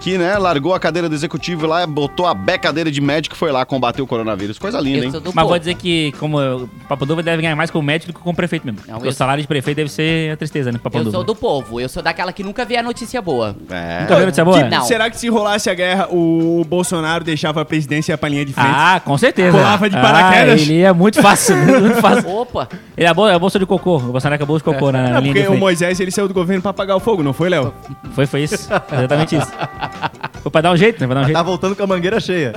que, né, largou a cadeira do executivo lá, botou a becadeira de médico e foi lá combater o coronavírus. Coisa linda,
Eu
hein?
sou do
Mas vou
povo.
dizer que, como eu- Papanduva deve ganhar mais como médico que como prefeito mesmo.
Não,
Porque
eu-
o salário de prefeito deve ser a tristeza, né,
Eu
Papanduva?
sou do povo. Eu sou daquela que nunca vê a notícia boa.
É.
Nunca viu notícia boa?
Não.
Será que se rolasse a guerra, o Bolsonaro deixava a presidência pra linha de frente?
Ah, com certeza.
Colava de
Ah,
paraquedas.
ele é muito fácil, muito fácil.
Opa!
Ele é a bolsa, a bolsa de cocô. O Bolsonaro é a bolsa de cocô na, na
Não,
linha
porque
de
o
frente.
Moisés ele saiu do governo pra apagar o fogo, não foi, Léo?
Foi, foi isso. Exatamente isso. Foi pra dar um jeito, né? Pra dar um
Tá
jeito.
voltando com a mangueira cheia.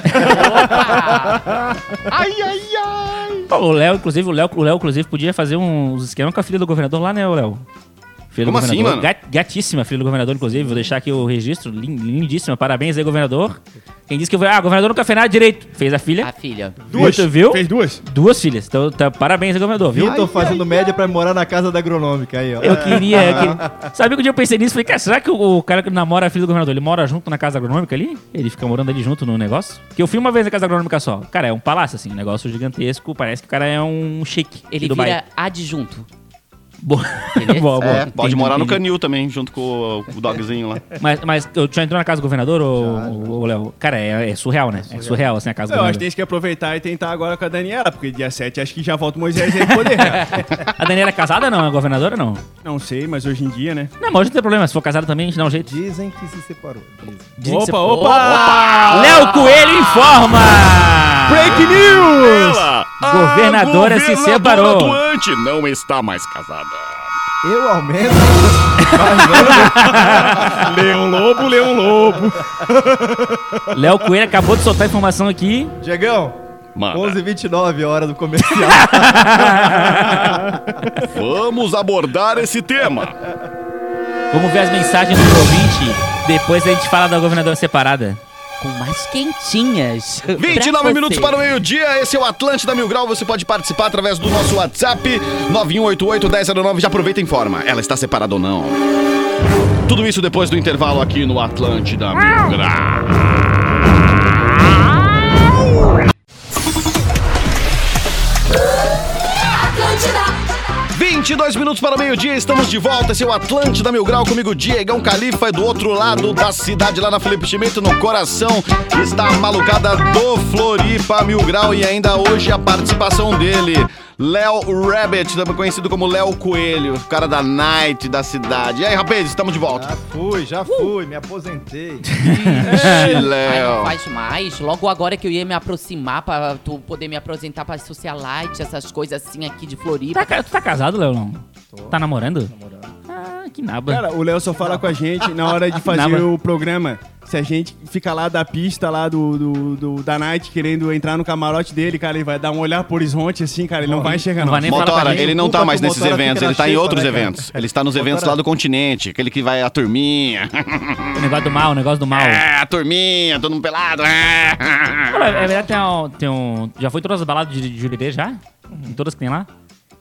Tá.
Pô, O Léo, inclusive, o Léo, o Léo, inclusive, podia fazer uns esquemas com a filha do governador lá, né, o Léo? Filha
Como
do
assim,
governador.
mano?
Gat- gatíssima filha do governador, inclusive. Vou deixar aqui o registro. Lin- Lindíssima. Parabéns aí, governador. Quem disse que eu... Ah, o governador nunca fez nada direito. Fez a
A
filha.
filha.
Muito, viu?
Fez Ah, duas?
Duas filhas. Então, tá, parabéns aí, governador, viu?
Vitor fazendo média pra morar na casa da agronômica aí, ó.
Eu queria. que- Sabia que um dia eu pensei nisso? Falei, cara, será que o, o cara que namora a filha do governador, ele mora junto na casa agronômica ali? Ele fica morando ali junto no negócio? Porque eu fui uma vez na casa agronômica só. Cara, é um palácio, assim, um negócio gigantesco. Parece que o cara é um shake.
Ele
do
vira adjunto.
Boa.
Entendeu?
boa, boa.
É, pode
Entendi,
morar no
entendi.
canil também, junto com o- com o dogzinho lá.
Mas, mas eu já entrou na casa do governador, ô, ô, Léo? Cara, é, é surreal, né? É surreal, assim, a casa do
Eu acho que
governador.
tem que aproveitar e tentar agora com a Daniela, porque dia 7 acho que já volta o Moisés aí pro poder. né?
A Daniela é casada, não? É governadora, não?
não sei, mas hoje em dia, né?
Não, mas hoje não tem problema. Se for casada também, a gente dá um jeito.
Dizem que se separou. Dizem.
Dizem que
Opa,
você-
opa!
Léo Coelho informa! Ah!
Break news!
Ela,
Governadora se separou.
atuante não está mais casada.
Eu aumento.
Leão Lobo, Leão Lobo.
Léo Coelho acabou de soltar informação aqui.
Diegão,
Manda.
11h29, hora do comercial.
Vamos abordar esse tema.
Vamos ver as mensagens do ouvinte. Depois a gente fala da governadora separada.
Com mais quentinhas.
29 minutos para o meio-dia, esse é o Atlântida Mil Grau. Você pode participar através do nosso WhatsApp 9188-1009. Já aproveita e informa. Ela está separada ou não? Tudo isso depois do intervalo aqui no Atlântida Mil Grau.
Atlântida,
22 minutos para o meio-dia, estamos de volta. Esse é o Atlântida Mil Grau, comigo Diegão Califa e do outro lado da cidade, lá na Felipe Schmidt, no coração, está a malucada do Floripa Mil Grau e ainda hoje a participação dele. Léo Rabbit, também conhecido como Léo Coelho, o cara da night da cidade. E aí, rapaz, estamos de volta.
Já fui,
Uh!
já fui, me aposentei.
Ixi,
Ai, não
Léo.
faz mais. Logo agora é que eu ia me aproximar pra tu poder me apresentar pra socialite, essas coisas assim aqui de Floripa.
Tá, ca- tu tá casado, Léo? Não? Tá namorando? Ah, que naba.
Cara, o Léo só fala com a gente na hora de
Não,
fazer
mas-
o programa. Se a gente fica lá da pista, lá do, do, do- da Night, querendo entrar no camarote dele, cara, ele vai dar um olhar pro horizonte, assim, cara, ele não vai enxergar,
não
não.
vai nem- fala pra
Motora,
mim,
ele não
culpa
tá
que
mais
o
nesses
Motora fica
eventos,
na
ele tá em
xepa,
outros
né, cara?
eventos. Ele está nos eventos lá do continente, aquele que vai a turminha.
O negócio do mal, o negócio do mal.
É, a turminha, todo mundo pelado. É.
Cara, é verdade, tem um, tem um. Já foi em todas as baladas de, de Jurerê já? Em todas que tem lá?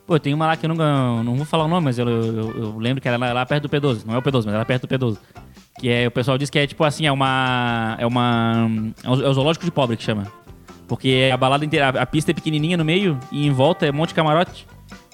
Pô, tem uma lá que eu não, não vou falar o nome, mas eu, eu- eu lembro que era lá, lá perto do P12. Não é o P12, mas era perto do P12. Que é, o pessoal diz que é tipo assim, é uma. É uma. É o, é o zoológico de pobre que chama. Porque a balada inteira, a, a pista é pequenininha no meio e em volta é um monte de camarote.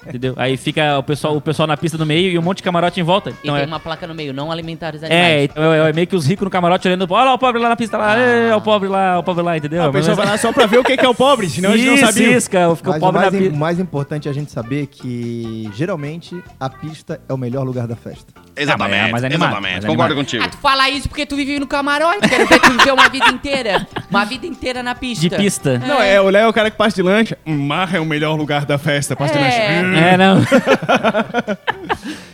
Entendeu? Aí fica o pessoal, o pessoal na pista no meio e um monte de camarote em volta.
E
Então
tem
é,
uma placa no meio, não alimentar os
é,
animais.
então é, é meio que os ricos no camarote olhando, olha lá o pobre lá na pista
Ah.
lá, é, o pobre lá, o pobre lá, entendeu?
A pessoa vai lá só pra ver o que que é o pobre, senão eles não
Isso,
sabiam.
isso, cara, fica
Mas o
pobre na
mais, im-
pista.
mais importante é a gente saber que, geralmente, a pista é o melhor lugar da festa.
Exatamente.
Ah, mas é mais animado,
exatamente.
mais
Concordo
animado.
contigo.
Ah, tu fala isso porque tu vive no camarote. Quero ver tu viver uma vida inteira. Uma vida inteira na pista.
De pista.
Não, é, o Léo é o cara que passa de lancha. Hum, Marra é o melhor lugar da festa, passa de lancha. Hum.
É, não.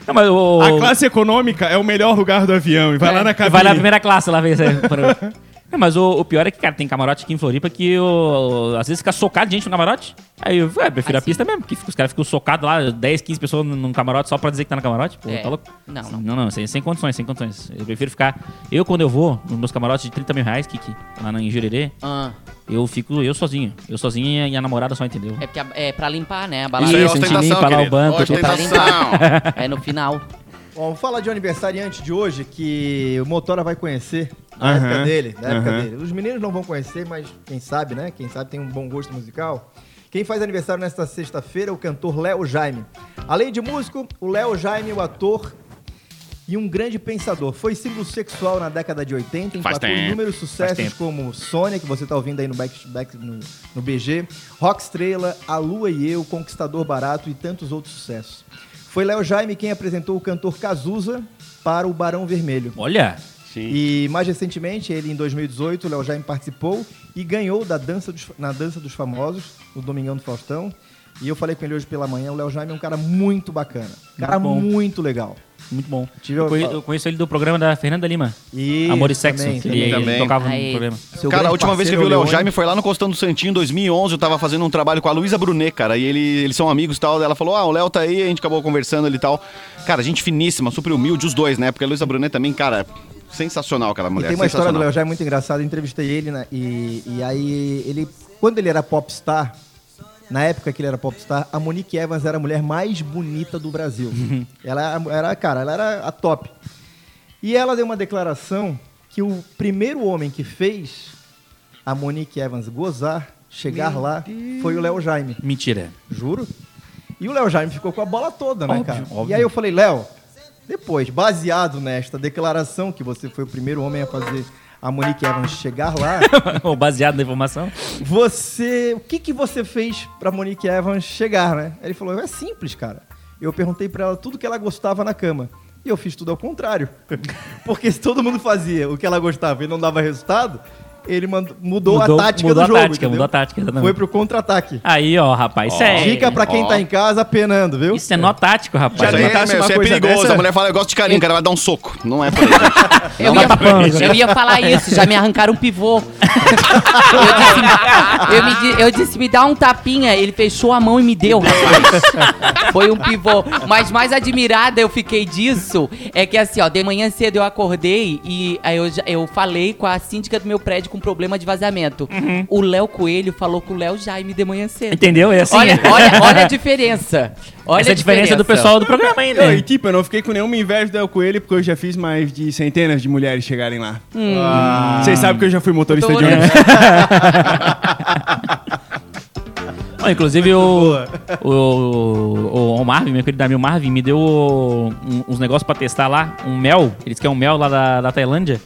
não, mas o.
A classe econômica é o melhor lugar do avião. É. E vai lá na cabine.
Vai lá na primeira classe lá ver isso aí. Pra- Não, mas o, o pior é que, cara, tem camarote aqui em Floripa que o- às vezes fica socado de gente no camarote. Aí eu ué, prefiro
Ah,
a
sim.
pista mesmo, porque fica- os caras ficam socados lá, 10, 15 pessoas num num camarote só pra dizer que tá no camarote. Pô,
É.
tá louco?
Não, não.
não. Não, sem, sem condições, sem condições. Eu prefiro ficar. Eu, quando eu vou, nos meus camarotes de 30 mil reais, Kiki, lá na- em Jurerê,
Ah,
eu fico eu sozinho. Eu sozinho e a namorada só entendeu.
é porque a- é pra limpar, né? A
Isso
balada.
aí é
Isso, a gente
ostentação,
limpa lá o
querido.
banco,
É pra
Ostentação.
limpar. É no final.
Bom, vou falar de um aniversariante de hoje que o Motora vai conhecer. Na
Aham,
época dele, na época
aham.
dele. Os meninos não vão conhecer, mas quem sabe, né? Quem sabe tem um bom gosto musical. Quem faz aniversário nesta sexta-feira é o cantor Léo Jaime. Além de músico, o Léo Jaime, é o ator e um grande pensador. Foi símbolo sexual na década de 80,
Faz tempo.
inúmeros sucessos
tempo.
como Sônia, que você tá ouvindo aí no, back, back- no, no BG, Rock Estrela, A Lua e Eu, Conquistador Barato e tantos outros sucessos. Foi Léo Jaime quem apresentou o cantor Cazuza para o Barão Vermelho.
Olha!
E mais recentemente, ele em 2018, o Léo Jaime participou e ganhou da dança dos- na Dança dos Famosos, no Domingão do Faustão. E eu falei com ele hoje pela manhã, o Léo Jaime é um cara muito bacana. Cara
bom.
muito legal.
Muito bom.
Tive
eu,
uma-
conhe- eu conheço ele do programa da Fernanda Lima.
E
Amor e Sexo.
também,
ele
também.
também.
tocava
Aí.
no programa.
Seu
cara, a
grande
última vez que eu vi o
parceiro,
Léo
Leone.
Jaime foi lá no Costão do Santinho, em 2011. Eu tava fazendo um trabalho com a Luísa Brunet, cara. E ele, eles são amigos e tal. Ela falou, ah, o Léo tá aí. A gente acabou conversando ali e tal. Cara, gente finíssima, super humilde, os dois, né? Porque a Luísa Brunet também, cara, sensacional aquela
E
mulher.
tem uma história do
sensacional.
Léo Jaime muito engraçada, eu entrevistei ele né, e, e aí ele, quando ele era popstar, na época que ele era popstar, a Monique Evans era a mulher mais bonita do Brasil.
Uhum.
ela era, cara, ela era a top. E ela deu uma declaração que o primeiro homem que fez a Monique Evans gozar, chegar lá, foi o Léo Jaime.
Mentira.
Juro. E o Léo Jaime ficou com a bola toda, né,
Óbvio,
cara? E
óbvio.
aí eu falei, Léo, depois, baseado nesta declaração que você foi o primeiro homem a fazer a Monique Evans chegar lá,
Ou Baseado na informação.
você, o que que você fez pra Monique Evans chegar, né? Ele falou, é simples, cara. Eu perguntei pra ela tudo que ela gostava na cama. E eu fiz tudo ao contrário. Porque se todo mundo fazia o que ela gostava e não dava resultado, ele mandou, mudou, a tática
mudou
do jogo.
a tática,
entendeu?
mudou a tática, exatamente.
Foi pro contra-ataque.
Aí, ó, rapaz, isso é...
Dica pra quem tá em casa penando, viu?
Isso é nó tático, rapaz.
Já
Isso aí,
tentasse
meu,
uma
isso é
coisa
perigoso.
dessa?
A mulher fala, eu gosto de carinho, cara, vai dar um soco. Não é pra ele.
Eu,
dá pra pano,
ia, eu ia falar isso, já me arrancaram um pivô. eu, disse, eu, me, di- eu disse, me dá um tapinha, ele fechou a mão e me deu, rapaz. Foi um pivô. Mas mais admirada eu fiquei disso, é que assim, ó, de manhã cedo eu acordei e aí eu, já- eu falei com a síndica do meu prédio com problema de vazamento. O Léo Coelho falou com o Léo Jaime de manhã cedo.
Entendeu? É assim.
Olha,
é.
olha, olha a diferença. Olha
Essa é a diferença do pessoal do programa né? ainda.
Eu, e tipo, eu não fiquei com nenhuma inveja do El Coelho, porque eu já fiz mais de centenas de mulheres chegarem lá. Ah. Vocês sabem que eu já fui motorista
né?
de
Motorista.
ônibus.
Ó, inclusive o, o, o, o Marvin, meu querido amigo Marvin, me deu um- uns negócios pra testar lá, um mel. Eles querem um mel lá da, da Tailândia.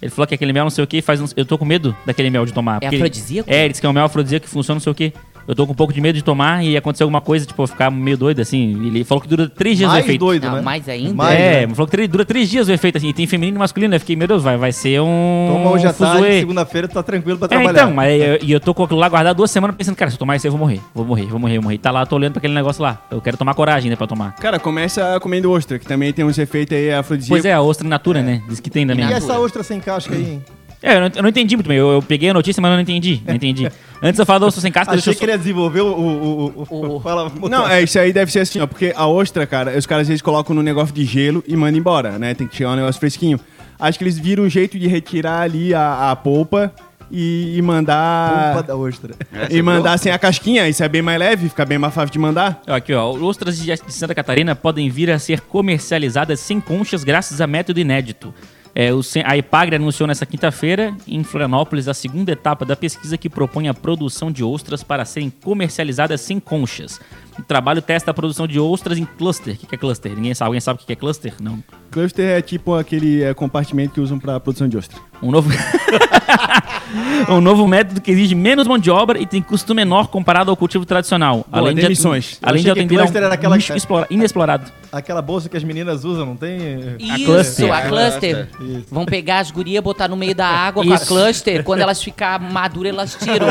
Ele falou que aquele mel não sei o que faz. uns- Eu tô com medo daquele mel de tomar. porque ele-
afrodisíaco?
É, eles querem um mel afrodisíaco que funciona não sei o que. Eu tô com um pouco de medo de tomar e acontecer alguma coisa, tipo, eu ficar meio doido assim. Ele falou que dura três dias o
Mais
efeito.
doido,
Não,
né?
mais ainda?
Mais,
é,
né?
mas falou que três- dura três dias o efeito assim. E tem feminino e masculino. Eu fiquei, meu Deus, vai, vai ser um.
Toma hoje à tarde,
fuzuê.
segunda-feira, tu tá tranquilo pra
É,
trabalhar.
então, mas eu- e eu, tô com aquilo lá guardado duas semanas pensando, cara, se eu tomar isso aí eu vou morrer, vou morrer, vou morrer, vou morrer. Tá lá, eu tô olhando pra aquele negócio lá. Eu quero tomar coragem, né, pra tomar.
Cara, começa comendo ostra, que também tem uns efeitos aí afrodisíacos.
Pois é, a ostra in natura, né? Diz que tem também.
E essa ostra sem casca aí, hein?
É, eu não, eu não entendi muito bem. Eu, eu peguei a notícia, mas eu não entendi. Não entendi. Antes eu falava da ostra sem casca, deixa
Achei
eu
que ele ia desenvolver o... o, o,
O-
o, fala,
Não, é, isso aí deve ser assim, ó, porque a ostra, cara, os caras às vezes colocam no negócio de gelo e mandam embora, né? Tem que chegar um negócio fresquinho. Acho que eles viram um jeito de retirar ali a, a polpa e, e mandar.
Culpa da ostra.
e mandar sem a casquinha, isso é bem mais leve, fica bem mais fácil de mandar.
só... Aqui, ó. Ostras de de Santa Catarina podem vir a ser comercializadas sem conchas graças a método inédito. É, o Cen- a Ipagre anunciou nessa quinta-feira, em Florianópolis, a segunda etapa da pesquisa que propõe a produção de ostras para serem comercializadas sem conchas. O trabalho testa a produção de ostras em cluster. O que que é cluster? Ninguém sabe. Alguém sabe o que que é cluster? Não.
Cluster é tipo aquele é, compartimento que usam pra produção de ostra.
Um novo... um novo método que exige menos mão de obra e tem custo menor comparado ao cultivo tradicional. de,
demissões.
além de
Eu achei
atender
que
a
cluster
um
era aquela-
nicho explora- inexplorado.
Aquela bolsa que as meninas usam, não tem?
Isso, a
cluster.
cluster. Vão pegar as gurias, botar no meio da água com
Isso.
a cluster. Quando elas ficar maduras, elas tiram.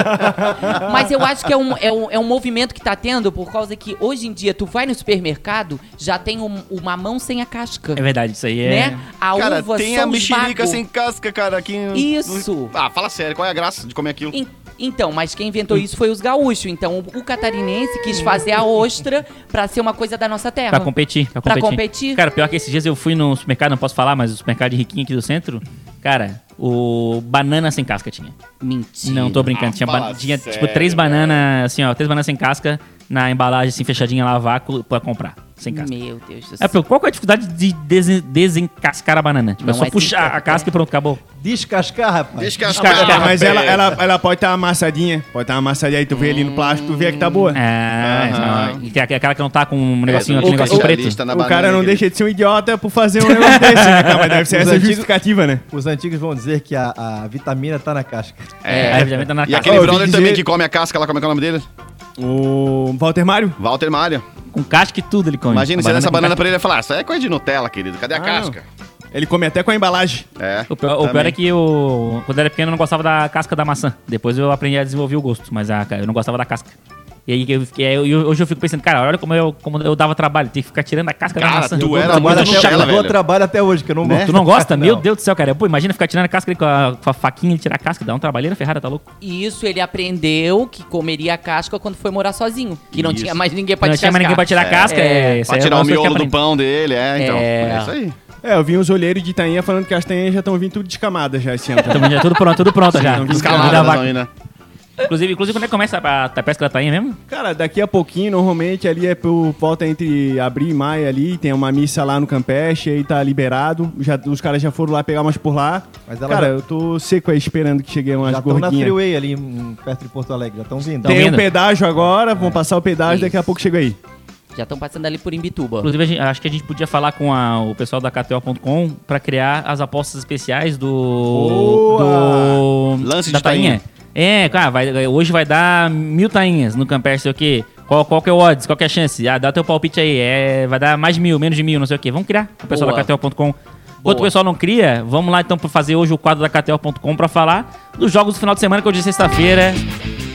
Mas eu acho que é um, é, um, é um movimento que tá tendo por causa que hoje em dia tu vai no supermercado, já tem um- o mamão sem a casca.
É verdade, isso aí é...
Né? A
Cara,
uva
tem
só
a
os
mexerica
bagos.
sem casca, cara. Aqui...
Isso.
Ah, fala sério, qual é a graça de comer aquilo?
En- Então, mas quem inventou isso foi os gaúchos. Então, o- o catarinense quis fazer a ostra pra ser uma coisa da nossa terra.
Pra competir, pra
Pra
competir.
competir.
Cara, pior que esses dias eu fui no supermercado, não posso falar, mas o supermercado de riquinho aqui do centro, cara, o banana sem casca tinha.
Mentira.
Não, tô brincando, tinha,
fala
ba- tinha, tipo
Ah, sério, né?
três
velho.
bananas, assim, ó, três bananas sem casca na embalagem assim fechadinha lá, vácuo, pra comprar, sem casca.
Meu Deus do
É,
céu.
pô, qual que é a dificuldade de desen- desencascar a banana? Tipo, é
Não
só
é
puxar
simples,
a casca e pronto, acabou.
Descascar, rapaz.
Descascar.
Descascar,
Mas ela, ela, ela pode estar amassadinha, pode estar amassadinha aí, tu vê ali no plástico, tu vê que tá boa.
Ah, É, não, e tem aqu- aquela que não tá com
É,
um negocinho, aquele
o
negocinho preto.
especialista na
O
banana,
cara não
querido.
deixa de ser um idiota por fazer um negócio desse, né, cara? Mas deve ser essa
Os
a
antigos-
justificativa, né?
Os antigos vão dizer que a, a vitamina tá na casca.
É, aí, obviamente, tá na
E
casca.
aquele
Ó, eu
brother
ouvi
também
dizer-
que come a casca lá, como é que é o nome dele?
O Walter Mário?
Walter Mário.
Com casca e tudo ele come.
Imagina
A
se essa
com
banana pra ele e falar, isso aí é coisa de Nutella, querido. Cadê a casca?
Ele come até com a embalagem.
É.
O pior, o pior é que eu, quando eu era pequeno, eu não gostava da casca da maçã. Depois eu aprendi a desenvolver o gosto, mas a, eu não gostava da casca. E aí que eu fiquei, aí eu- hoje eu fico pensando, cara, olha como eu, como eu dava trabalho, tem que ficar tirando a casca da
Cara,
maçã.
tu era um
Eu tô
muito
Trabalho
muito
Nutella,
até,
chato.
eu dou
velho.
trabalho até hoje, que eu não gosto.
Né? Tu não gosta? Meu Deus do céu, cara. Pô, imagina ficar tirando a casca com a, com a faquinha e tirar a casca, dá um trabalheira ferrada, tá louco?
E Isso ele aprendeu que comeria a casca quando foi morar sozinho. Que não tinha mais ninguém pra
não tinha mais ninguém pra
descascar.
tirar a casca, é, isso
Pra
aí é
tirar o
uma coisa que
miolo do
aprende.
pão dele, é, então.
É.
É isso aí.
É, eu vi uns olheiros de Itainha falando que as tainhas já estão vindo tudo descamadas já esse ano.
Então, já tudo pronto, tudo pronto já.
não,
Da
Escalada
vaca.
não, né, ainda.
Inclusive, inclusive, quando é que começa a, a pesca da tainha mesmo?
Cara, daqui a pouquinho, normalmente ali é por volta entre abril e maio ali, tem uma missa lá no Campeche, aí tá liberado. Já, os caras já foram lá pegar umas por lá.
Mas ela
cara,
já-
eu tô seco aí esperando que cheguei umas
Já estão na
gordinhas.
freeway ali, hum, perto de Porto Alegre. Já estão vindo.
Tão
Tem
vindo? É.
um pedágio agora, vão passar o pedágio, daqui a pouco chega aí.
Já estão passando ali por Imbituba.
Inclusive, a gente- acho que a gente podia falar com a- o pessoal da KTO.com pra criar as apostas especiais do. do
Lance
da
de tainha.
É, cara, vai- hoje vai dar mil tainhas no Camper, sei o quê. Qual, qual que é o odds? Qual que é a chance? Ah, dá teu palpite aí. É, vai dar mais de mil, menos de mil, não sei o quê. Vamos criar. O pessoal
Boa.
da KTO.com Enquanto o pessoal não cria, vamos lá então pra fazer hoje o quadro da KTO.com pra falar dos jogos do final de semana, que hoje é sexta-feira.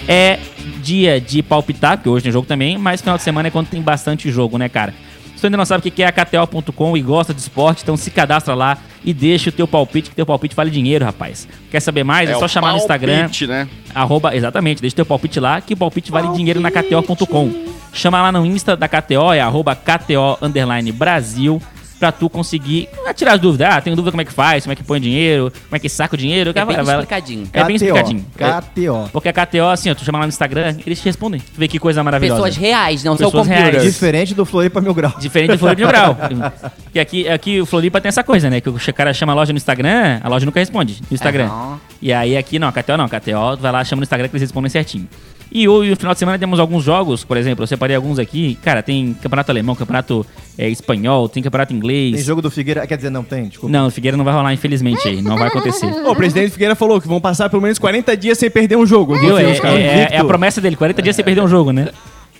É dia de palpitar, porque hoje tem jogo também, mas final de semana é quando tem bastante jogo, né, cara? Se você ainda não sabe o que que é a KTO.com e gosta de esporte, então se cadastra lá e deixa o teu palpite, que teu palpite vale dinheiro, rapaz. Quer saber mais? É, só
o
chamar no Instagram.
palpite, né?
Arroba, exatamente, deixa teu palpite lá, que o palpite vale dinheiro na KTO.com. Chama lá no Insta da KTO, é arroba KTO underline Brasil, pra tu conseguir ah, tirar as dúvidas. Ah, tenho dúvida como é que faz, como é que põe dinheiro, como é que saca o dinheiro.
É
vai-
bem
vai-
explicadinho.
É bem explicadinho. É,
KTO.
porque a KTO, assim, ó, tu chama lá no Instagram, eles te respondem. Tu vê que coisa maravilhosa.
Pessoas reais, não são
Pessoas
computadores.
reais.
Diferente do Floripa Mil Grau.
Diferente do Floripa de Brau. Porque aqui, aqui o Floripa tem essa coisa, né? Que o cara chama a loja no Instagram, a loja nunca responde no Instagram.
Aham.
E aí aqui não, a KTO não, a KTO vai lá, chama no Instagram que eles respondem certinho. E hoje, no final de semana, temos alguns jogos, por exemplo, eu separei alguns aqui. Cara, tem campeonato alemão, campeonato eh, espanhol, tem campeonato inglês.
Tem jogo do Figueira. Quer dizer, não tem, desculpa.
Não, o Figueira não vai rolar, infelizmente, aí. Não vai acontecer.
Ô, o presidente Figueira falou que vão passar pelo menos 40 dias sem perder um jogo.
Viu?
Os
É,
caras
é-
invicto.
é a promessa dele, 40 dias sem perder um jogo, né?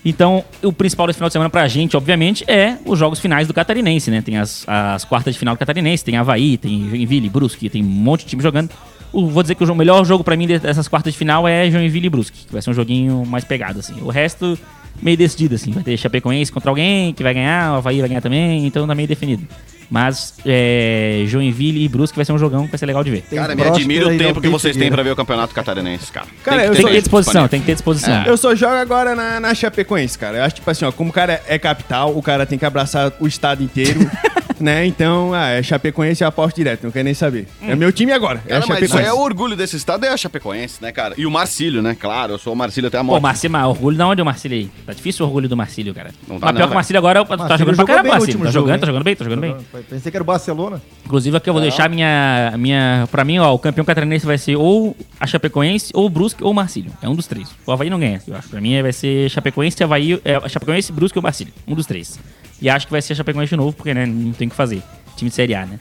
Então, o principal desse final de semana pra gente, obviamente, é os jogos finais do Catarinense, né? Tem as, as quartas de final do Catarinense, tem Havaí, tem Joinville, Brusque, tem um monte de time jogando. O- vou dizer que o jo- melhor jogo pra mim de- dessas quartas de final é Joinville e Brusque, que vai ser um joguinho mais pegado, assim. O resto, meio decidido, assim. Vai ter Chapecoense contra alguém que vai ganhar, o Havaí vai ganhar também, então tá meio definido. Mas é, Joinville e Brusque vai ser um jogão que vai ser legal de ver.
Tem
Cara, me
Brosque,
admira o
Leirão,
tempo que
Pique,
vocês têm
Figueira.
pra ver o Campeonato Catarinense, cara.
Cara, eu
Tem que
só-
ter disposição, tem que ter disposição.
é, Eu só jogo agora na, na Chapecoense, cara. Eu acho tipo assim, ó, como o cara é capital, o cara tem que abraçar o estado inteiro, né? Então, ah, é Chapecoense, eu aposto direto, não quero nem saber.
Hum.
É meu time agora, é
Cara, mas
Chapecoense.
isso aí é o orgulho desse estado, é a Chapecoense, né, cara? E o Marcílio, né? Claro, eu sou o Marcílio até a
Pô,
morte.
o Marcílio, mas orgulho da onde o Marcílio aí? Tá difícil o orgulho do Marcílio, cara.
Não
Não
tá não,
mas pior que
velho.
o Marcílio agora tá
Marcílio
jogando pra
jogou
caramba,
bem o
Marcílio.
último
Tá
jogo,
jogando,
né?
hein?
tá jogando bem, tá jogando bem.
Pensei que era o Barcelona.
Inclusive aqui eu vou deixar minha, minha... Pra mim, ó, o campeão catarinense vai ser ou a Chapecoense, ou o Brusque, ou o Marcílio. É um dos três. O Havaí não ganha, eu acho. Pra mim é, vai ser Chapecoense, Havaí... É, Chapecoense, Brusque ou Marcílio. Um dos três. E acho que vai ser a Chapecoense de novo, porque, né, não tem o que fazer. Time de Série A, né?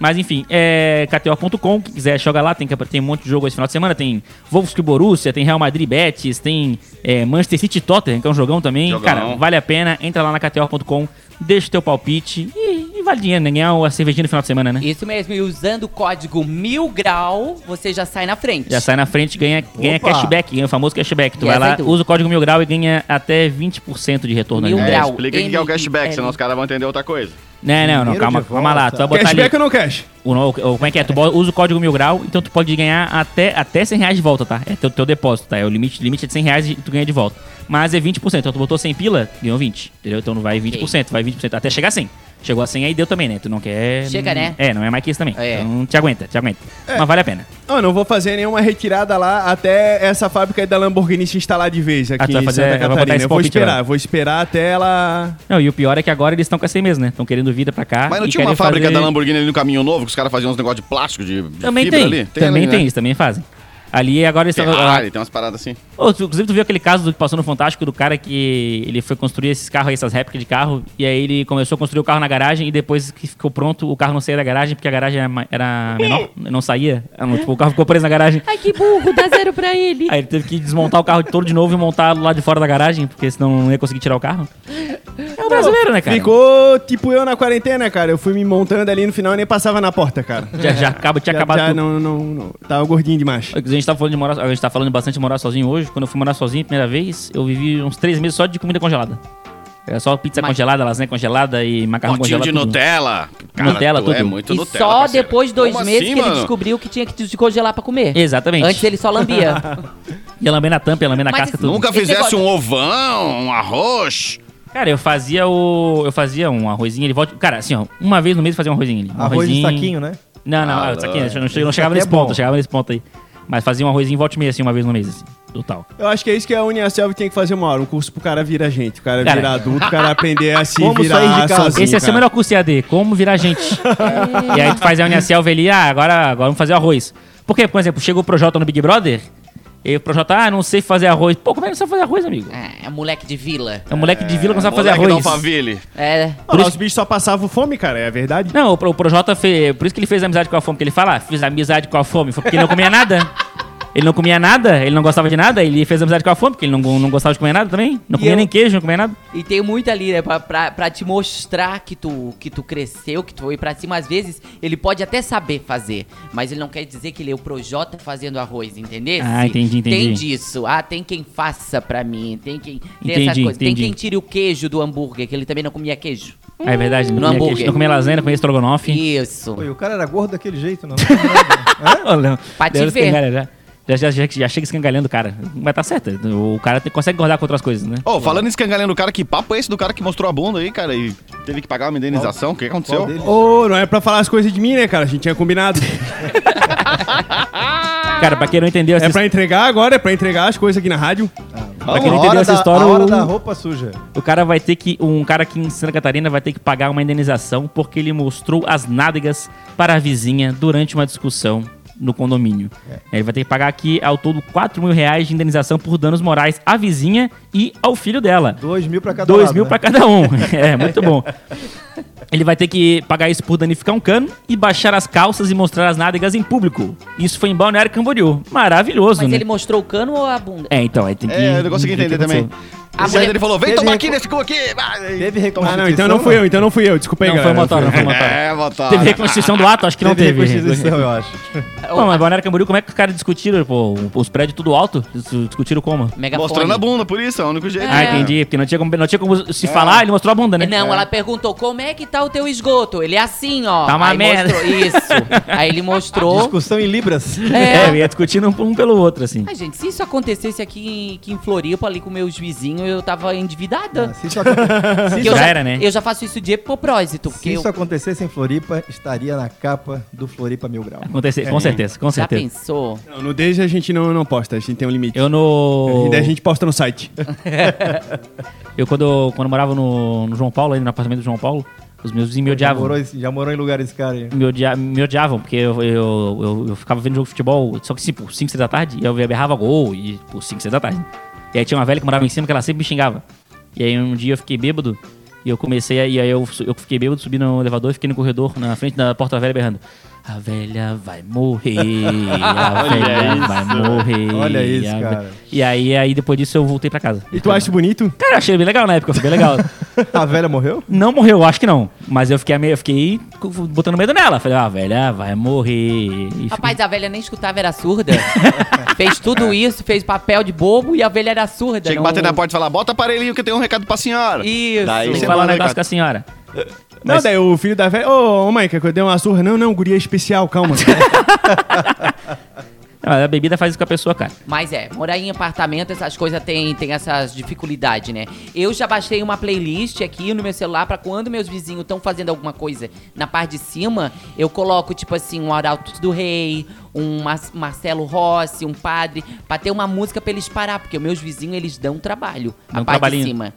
Mas enfim, é KTO.com, quem quiser joga lá, tem, tem um monte de jogo esse final de semana, tem Wolfsburg Borussia, tem Real Madrid Betis, tem é, Manchester City Tottenham, que é um jogão também.
Jogão.
Cara, vale a pena, entra lá na KTO.com, deixa o teu palpite e, e vale dinheiro, né? Ganhar uma cervejinha no final de semana, né?
Isso mesmo, e usando o código mil grau, você já sai na frente.
Já sai na frente e ganha, ganha
Opa!
cashback, ganha o famoso cashback. Tu
Yes,
vai
I
lá,
do.
usa o código mil grau e ganha até 20% de retorno.
Mil
ali.
É,
grau.
explica o que é o
MIL.
cashback, senão os caras vão entender outra coisa.
Não, não, não,
Dinheiro
calma,
de
calma lá. Tu vai botar ali,
Cashback ou não cash?
O, no- o- como é que é? Tu bo- usa o código mil grau, então tu pode ganhar até, até 100 reais de volta, tá? É teu, teu depósito, tá? É o limite, limite é de 100 reais e tu ganha de volta. Mas é 20%. Então tu botou 100 pila, ganhou 20. Entendeu? Então não vai 20%, vai 20%. Até chegar a 100. Chegou a 100 aí deu também, né? Tu não quer...
Chega, né?
É, não é mais que isso também.
É.
Então te aguenta, te aguenta.
É.
Mas vale a pena.
Eu Ah, não vou fazer nenhuma retirada lá até essa fábrica aí da Lamborghini se instalar de vez aqui
Ah, tu vai
em
fazer-
Santa
vai botar
Catarina.
esse
Eu vou
palpite lá.
esperar, vou esperar até ela...
Não, e o pior é que agora eles estão com essa aí mesmo, né? Estão querendo vida pra cá.
Mas não
e
tinha uma
querem
fábrica
fazer-
da Lamborghini ali no caminho novo, que os caras faziam uns negócios de plástico, de, de
Também
fibra
tem.
ali?
também
ali,
tem,
né?
eles também fazem. Ali agora eles estão.
Ferrari, tem umas paradas assim.
Ô, tu- inclusive, tu viu aquele caso do que passou no Fantástico do cara que ele foi construir esses carros aí, essas réplicas de carro, e aí ele começou a construir o carro na garagem e depois que ficou pronto, o carro não saía da garagem porque a garagem era ma- era menor, não saía. Ah, não, tipo, o carro ficou preso na garagem.
Ai, que burro, dá zero pra ele.
Aí ele teve que desmontar o carro todo de novo e montar lá de fora da garagem, porque senão não ia conseguir tirar o carro. É o brasileiro, né, cara?
Ficou tipo eu na quarentena, cara. Eu fui me montando ali no final e nem passava na porta, cara.
Já, já acaba, tinha
Já-
acabado
já
tudo.
não, não, não. Tava gordinho demais.
A gente tá falando de morar, a gente tá falando bastante de morar sozinho hoje. Quando eu fui morar sozinho a primeira vez, eu vivi uns três meses só de comida congelada. Era só pizza
Mas-
congelada, lasanha congelada e macarrão
Potinho
congelado.
de
é tudo.
Nutella.
Nutella,
tu É
tudo.
muito
E
Nutella,
só
parceiro.
depois de dois
Como
meses
assim,
que ele
mano?
descobriu que tinha que descongelar pra comer.
Exatamente.
Antes ele só lambia.
Ia lamber na tampa, ia lamber na
Mas
casca,
isso-
tudo.
Nunca
Esse
fizesse
negócio-
um ovão, um arroz.
Cara, eu fazia o. Eu fazia um arrozinho, ele volta. Cara, assim, ó, uma vez no mês eu fazia um arrozinho. ali. Um
Arroz de
arrozinho-
saquinho, né?
Não, não,
Ah,
ah, saquinho,
não.
eu não, che- eu não chegava
Isso
nesse
aqui é
ponto,
bom.
eu chegava nesse ponto aí. Mas fazia um arrozinho volta e meia, assim, uma vez no mês, assim, do tal.
Eu acho que é isso que a Uniaselv tem que fazer uma hora. Um curso pro cara virar gente. O cara,
Cara.
virar adulto, o cara aprender a se
Como
virar
sair de casa.
sozinho,
Esse é
cara.
seu melhor curso EAD, como virar gente.
É.
e aí tu faz a Unicelv ali, ah, agora, agora vamos fazer arroz. Por quê? Por exemplo, chega o Projota no Big Brother, e o Projota, ah, não sei fazer arroz. Pô, como é que não sabe fazer arroz, amigo?
É, moleque de vila.
É um moleque de vila que não sabe fazer
Moleque um
arroz.
da Alphaville.
É.
Olha lá, os bichos só passavam fome, cara. É verdade?
Não, o Pro- o Projota fez. Por isso que ele fez amizade com a fome, porque ele fala, ah, fiz amizade com a fome, foi porque não comia nada. Ele não comia nada, ele não gostava de nada, ele fez amizade com a fome, porque ele não, não gostava de comer nada também. Não
E
comia
eu-
nem queijo, não comia nada.
E tem muito ali, né? Pra, pra, pra te mostrar que tu, que tu cresceu, que tu foi pra cima. Às vezes, ele pode até saber fazer, mas ele não quer dizer que ele é o Projota fazendo arroz, entendeu?
Ah, entendi, entendi.
Tem disso. Ah, tem quem faça pra mim, tem quem... Tem essas
Entendi,
coisas.
entendi.
Tem quem tire o queijo do hambúrguer, que ele também não comia queijo.
Ah, é verdade, não
No
comia
Hum. hambúrguer.
queijo, não comia lasanha, não comia estrogonofe.
Isso.
Pô, e o cara era gordo daquele jeito, não. Hã?
Ô, Léo,
Pra te
Léo
ver.
escangalha Já, já, já, já, já chega escangalhando o cara. Mas tá certo, o cara te- consegue engordar com outras coisas, né?
Ô, falando em escangalhando o cara, que papo é esse do cara que mostrou a bunda aí, cara, e teve que pagar uma indenização? O que aconteceu?
dele?
Ô, não é pra falar as coisas de mim, né, cara? A gente tinha combinado.
Cara, pra quem não entendeu assim, essa
É pra entregar agora, é pra entregar as coisas aqui na rádio.
Pra quem não
A
entendeu
hora
essa
da-
história,
a hora
o- um
da roupa suja.
O cara vai ter que. Um cara aqui em Santa Catarina vai ter que pagar uma indenização porque ele mostrou as nádegas para a vizinha durante uma discussão no condomínio.
É.
Ele vai ter que pagar aqui ao todo 4 mil reais de indenização por danos morais à vizinha e ao filho dela.
Dois mil pra cada
2
lado,
mil
né?
pra cada um. É, muito bom. Ele vai ter que pagar isso por danificar um cano e baixar as calças e mostrar as nádegas em público. Isso foi em Balneário Camboriú. Maravilhoso,
Mas
né?
ele mostrou o cano ou a bunda?
É, então, aí tem que.
É, eu não consegui
tem que
entender
acontecer.
também.
A
Esse
mulher-
aí ele falou, vem
Teve
tomar
recu-
aqui, né? Ficou aqui. vai.
Teve né?
Ah,
reconstrução.
não, então não fui eu, então não fui eu. Desculpa aí,
Não foi
galera.
o motor, não foi o motor.
É, botar.
Teve reconstrução do ato? Acho que não
Teve
teve.
reconstrução, eu acho.
Pô, mas Balneário Camboriú, como é que os caras discutiram, pô? Os prédios tudo alto? Eles Discutiram como?
Megafone.
Mostrando a bunda, por isso, é o único jeito.
Ah, entendi. Porque não tinha como, não tinha como se falar, ele mostrou a bunda, né?
Não, ela perguntou como é que tá o teu esgoto. Ele é assim, ó.
Tá uma
Aí
merda.
mostrou- isso. Aí ele mostrou.
Discussão em libras.
É, eu ia discutindo um pelo outro, assim.
Ai, gente, se isso acontecesse aqui em, aqui em Floripa, ali com meus vizinhos, eu tava endividada.
Ah, Se isso, aconte- se
Porque
isso-
eu
já era, né?
Eu já faço isso de epoprósito, porque
se isso
eu-
acontecesse em Floripa, estaria na capa do Floripa Mil Grau.
Acontecer, com certeza, com
já
certeza.
pensou.
Não, no Desde a gente não, não posta, a gente tem um limite.
Eu no.
E daí a gente posta no site.
Eu quando, quando morava no, no João Paulo, ainda no apartamento do João Paulo, os meus vizinhos me
Já
odiavam.
morou, esse- já morou em lugares caros. aí.
me, odia- me odiavam, porque eu, eu, eu, eu ficava vendo jogo de futebol, só que assim, por 5, 6 da tarde, e eu berrava gol, e por 5, 6 da tarde. E aí tinha uma velha que morava em cima que ela sempre me xingava. E aí um dia eu fiquei bêbado, e eu comecei, a- e aí eu, su- eu fiquei bêbado, subi no elevador, e fiquei no corredor, na frente da porta da velha, berrando. A velha vai morrer, a velha vai morrer.
Olha isso,
a ve-"
cara.
E aí, aí depois disso eu voltei pra casa.
E tu acha bonito?
Cara, eu achei bem legal na época, foi bem legal.
A velha morreu?
Não morreu, acho que não. Mas eu fiquei, meio, eu fiquei co- botando medo nela. Falei, ah, velha, vai morrer. E
Rapaz, a velha nem escutava, era surda. fez tudo isso, fez papel de bobo e a velha era surda.
Tinha que
não-
bater na porta e falar, bota aparelhinho que eu tenho um recado pra senhora.
Isso.
Daí
um- tem
você
que falar um
manda,
negócio com
cara.
a senhora.
Não, daí o filho da velha. Ô, ô, mãe, que eu dei uma surra. Não, não, guria especial, calma.
Não, a bebida faz isso com a pessoa, cara.
Mas é, morar em apartamento, essas coisas tem, tem essas dificuldades, né? Eu já baixei uma playlist aqui no meu celular pra quando meus vizinhos estão fazendo alguma coisa na parte de cima, eu coloco, tipo assim, um Arauto do Rei, um Mar- Marcelo Rossi, um padre, pra ter uma música pra eles parar, porque meus vizinhos, eles dão trabalho,
Dão
a parte
trabalhinho.
de cima.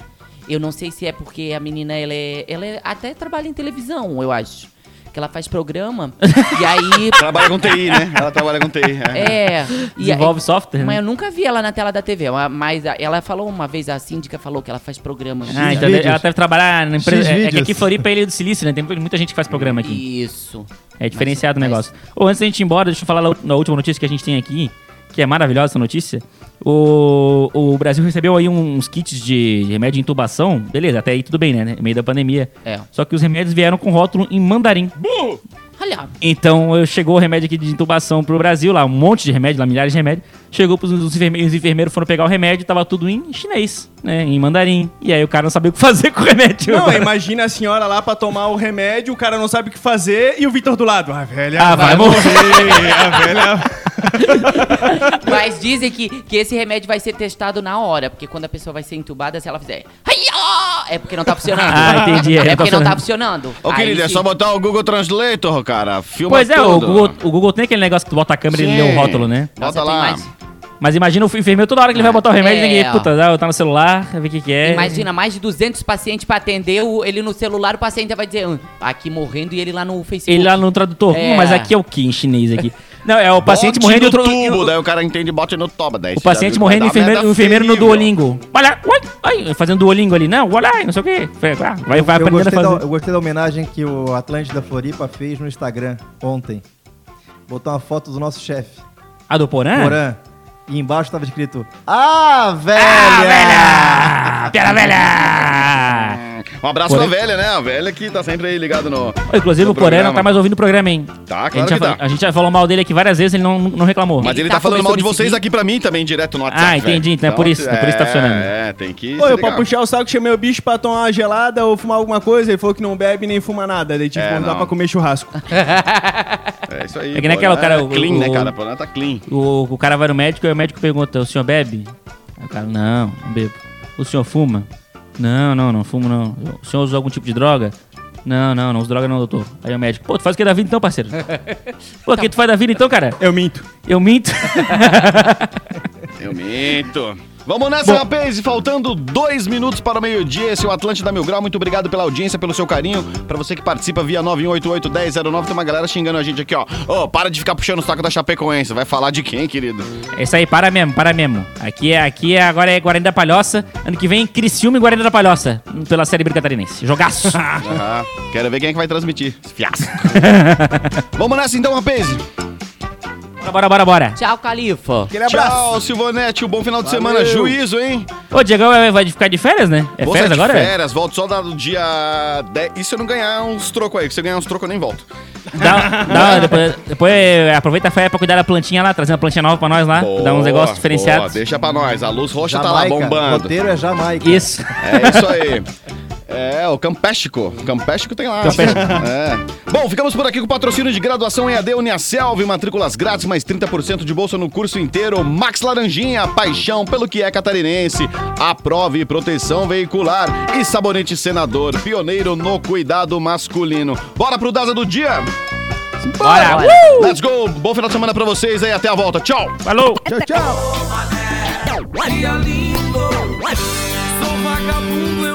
Eu não sei se é porque a menina, ela, é, ela é- até trabalha em televisão, eu acho. Que ela faz programa, e aí...
Trabalha com TI, né? Ela trabalha com TI. É.
É. e-
Desenvolve software,
Mas
né?
eu nunca vi ela na tela da TV. Mas- Mas a- ela falou uma vez, a síndica falou que ela faz programas.
Ah, então
vídeos.
ela deve trabalhar na empresa. É, é que
vídeos.
aqui em Floripa é Ilha do Silício, né? Tem muita gente que faz programa aqui.
Isso.
É diferenciado
Mas-
o negócio. Ou antes da gente ir embora, deixa eu falar na última notícia que a gente tem aqui, que é maravilhosa essa notícia. O, o Brasil recebeu aí uns kits de remédio de intubação. Beleza, até aí tudo bem, né? No meio da pandemia.
É.
Só que os remédios vieram com rótulo em mandarim.
Olha,
Então eu- chegou o remédio aqui de intubação pro Brasil, lá um monte de remédio, lá milhares de remédios. Chegou pros os enfermeiros, os enfermeiros foram pegar o remédio, tava tudo em chinês, né? Em mandarim. E aí o cara não sabia o que fazer com o remédio.
não, imagina a senhora lá pra tomar o remédio, o cara não sabe o que fazer e o Vitor do lado. Ah, velha.
Ah, vai morrer.
a velha.
mas dizem que, que esse remédio vai ser testado na hora, porque quando a pessoa vai ser entubada, se ela fizer. "Ai, ó", É porque não tá funcionando.
Ah, entendi, é,
É
não tá
porque não tá funcionando.
Ô,
Aí
querido, é
sim.
só botar o Google Translator, cara. Filma
Pois é, o
tudo.
Google, o Google tem aquele negócio que tu bota a câmera e ele lê
Sim.
o rótulo, né?
Nossa,
Bota
tem
lá.
mais-
Mas imagina o enfermeiro toda hora que ele vai botar o remédio,
É,
ninguém,
ó.
puta, tá, tá no celular, vai ver o que que é.
Imagina, mais de 200 pacientes pra atender, o- ele no celular, o paciente vai dizer, "Hum, aqui morrendo, e ele lá no Facebook.
Ele lá no tradutor,
É.
hum, mas aqui é o que em chinês aqui? Não, é o paciente
Bote
morrendo e
no
outro... e
tubo,
o-
daí o cara entende, bote no toba. Daí
O paciente morrendo e o enfermeiro, o enfermeiro no Duolingo. Olha, olha, ai, fazendo Duolingo ali. Não, olha, ai, não sei o quê. Vai, vai, vai
Eu
aprendendo a
gostei, da,
fazer.
eu gostei da homenagem que o Atlântida Floripa fez no Instagram ontem. Botou uma foto do nosso chefe, Ah.
A Ah, do Porã?
Porã. E embaixo tava escrito: Ah, velha!
Ah, Pera velha!
Um abraço
Porém-
pra velha, né? A velha que tá sempre aí ligado no.
Ô, Inclusive,
No
o Poré não
programa.
tá mais ouvindo o programa, hein?
Tá,
a,
claro
gente
que
já,
tá.
a gente já falou mal dele aqui várias vezes, ele não, não reclamou.
Mas ele,
tá
tá, falando mal de
começando a
vocês
seguir.
aqui pra mim também, direto no WhatsApp.
Ah, entendi,
velho.
então é por isso, é por isso que tá funcionando.
É, tem que.
Ô,
se
eu pra
ligar.
puxar o saco, chamei o bicho pra tomar uma gelada ou fumar alguma coisa. Ele falou que não bebe nem fuma nada. Daí tive
É,
que convidar
não.
pra comer churrasco.
É isso aí.
É que nem aquela, o cara- o-
Clean, né,
o-
cara? O Poré tá clean.
O, o cara vai no médico e o médico pergunta: O senhor bebe? Aí o cara: Não, não bebo. O senhor fuma? Não, não, não fumo não. O senhor usa algum tipo de droga? Não, não, não uso droga não, doutor. Aí o médico: Pô, tu faz o que da vida então, parceiro? Pô, o que tu faz da vida então, cara?
Eu minto.
Eu minto.
Eu minto. Vamos nessa, rapaz. Faltando dois minutos para o meio-dia, esse é o Atlântida Mil Grau. Muito obrigado pela audiência, pelo seu carinho. Pra você que participa via 9188-1009, tem uma galera xingando a gente aqui, ó. Ô, para de ficar puxando o saco da Chapecoense. Vai falar de quem, querido?
É isso aí, para mesmo, para mesmo. Aqui é, aqui é agora é Guarani da Palhoça. Ano que vem, Criciúma e Guarani da Palhoça. Pela Série B Catarinense. Jogaço.
Aham. Quero ver quem é que vai transmitir. Esse Fiasco. Vamos nessa então, rapaz.
bora, bora, bora, bora.
Tchau, Califa.
Aquele abraço.
Tchau, Silvonete. Um bom final de semana. Juízo, hein?
Ô, Diegão é, vai vai ficar de férias, né? É
Vou
férias
sair tá de
agora?
Férias, volto só no dia 10. E se eu não ganhar uns trocos aí? Se eu ganhar uns trocos, eu nem volto.
Dá, dá, depois, depois é, aproveita a férias pra cuidar da plantinha lá, trazer uma plantinha nova pra nós lá. dar uns negócios
boa,
diferenciados.
deixa pra nós. A luz roxa
Jamaica.
tá lá
O
bombando.
roteiro é Jamaica.
Isso.
É isso aí. É, o Campéstico. O Campéstico tem lá.
Campéstico.
É. Bom, ficamos por aqui com o patrocínio de graduação EAD Uniaselv, matrículas grátis, mais 30% de bolsa no curso inteiro. Max Laranjinha, paixão pelo que é catarinense. Aprove proteção veicular e sabonete senador, pioneiro no cuidado masculino. Bora pro Daza do dia?
Bora.
Let's go! Bom final de semana pra vocês aí, até a volta. Tchau!
Falou.
Tchau, tchau.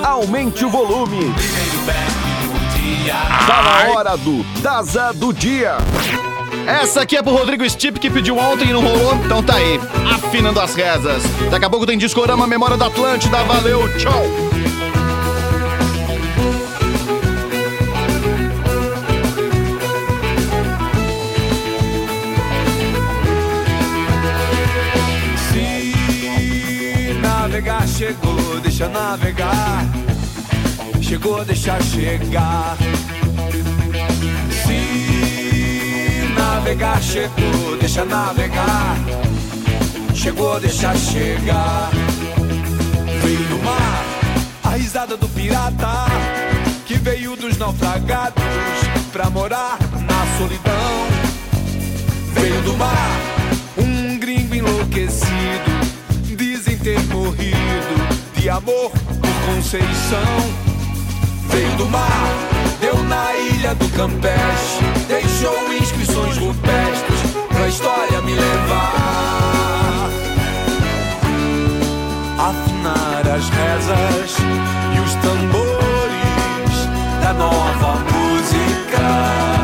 Aumente o volume. Tá na hora do Daza do Dia. Essa aqui é pro Rodrigo Stipe que pediu ontem e não rolou, então tá aí, afinando as rezas. Daqui a pouco tem Discorama Memória da Atlântida. Valeu, tchau!
Se navegar chegou, deixa navegar. Chegou, deixa chegar. Se navegar chegou, deixa navegar. Chegou, deixa chegar. Veio do mar, a risada do pirata que veio dos naufragados pra morar na solidão veio do mar. Um gringo enlouquecido, dizem ter morrido de amor por Conceição. Veio do mar, deu na ilha do Campeche, deixou inscrições rupestres pra história me levar. Afinar as rezas e os tambores da nova música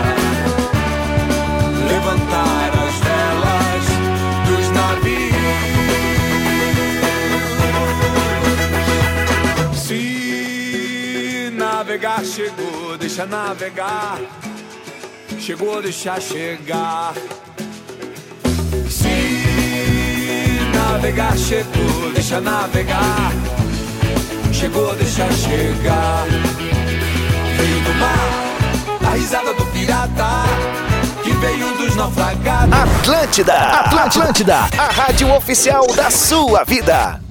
levantar as velas dos navios. Se navegar chegou, deixa navegar. Chegou, deixa chegar. Se navegar chegou, deixa navegar. Chegou, deixa chegar veio do mar, a risada do pirata que veio dos naufragados.
Atlântida, Atlântida, a rádio oficial da sua vida.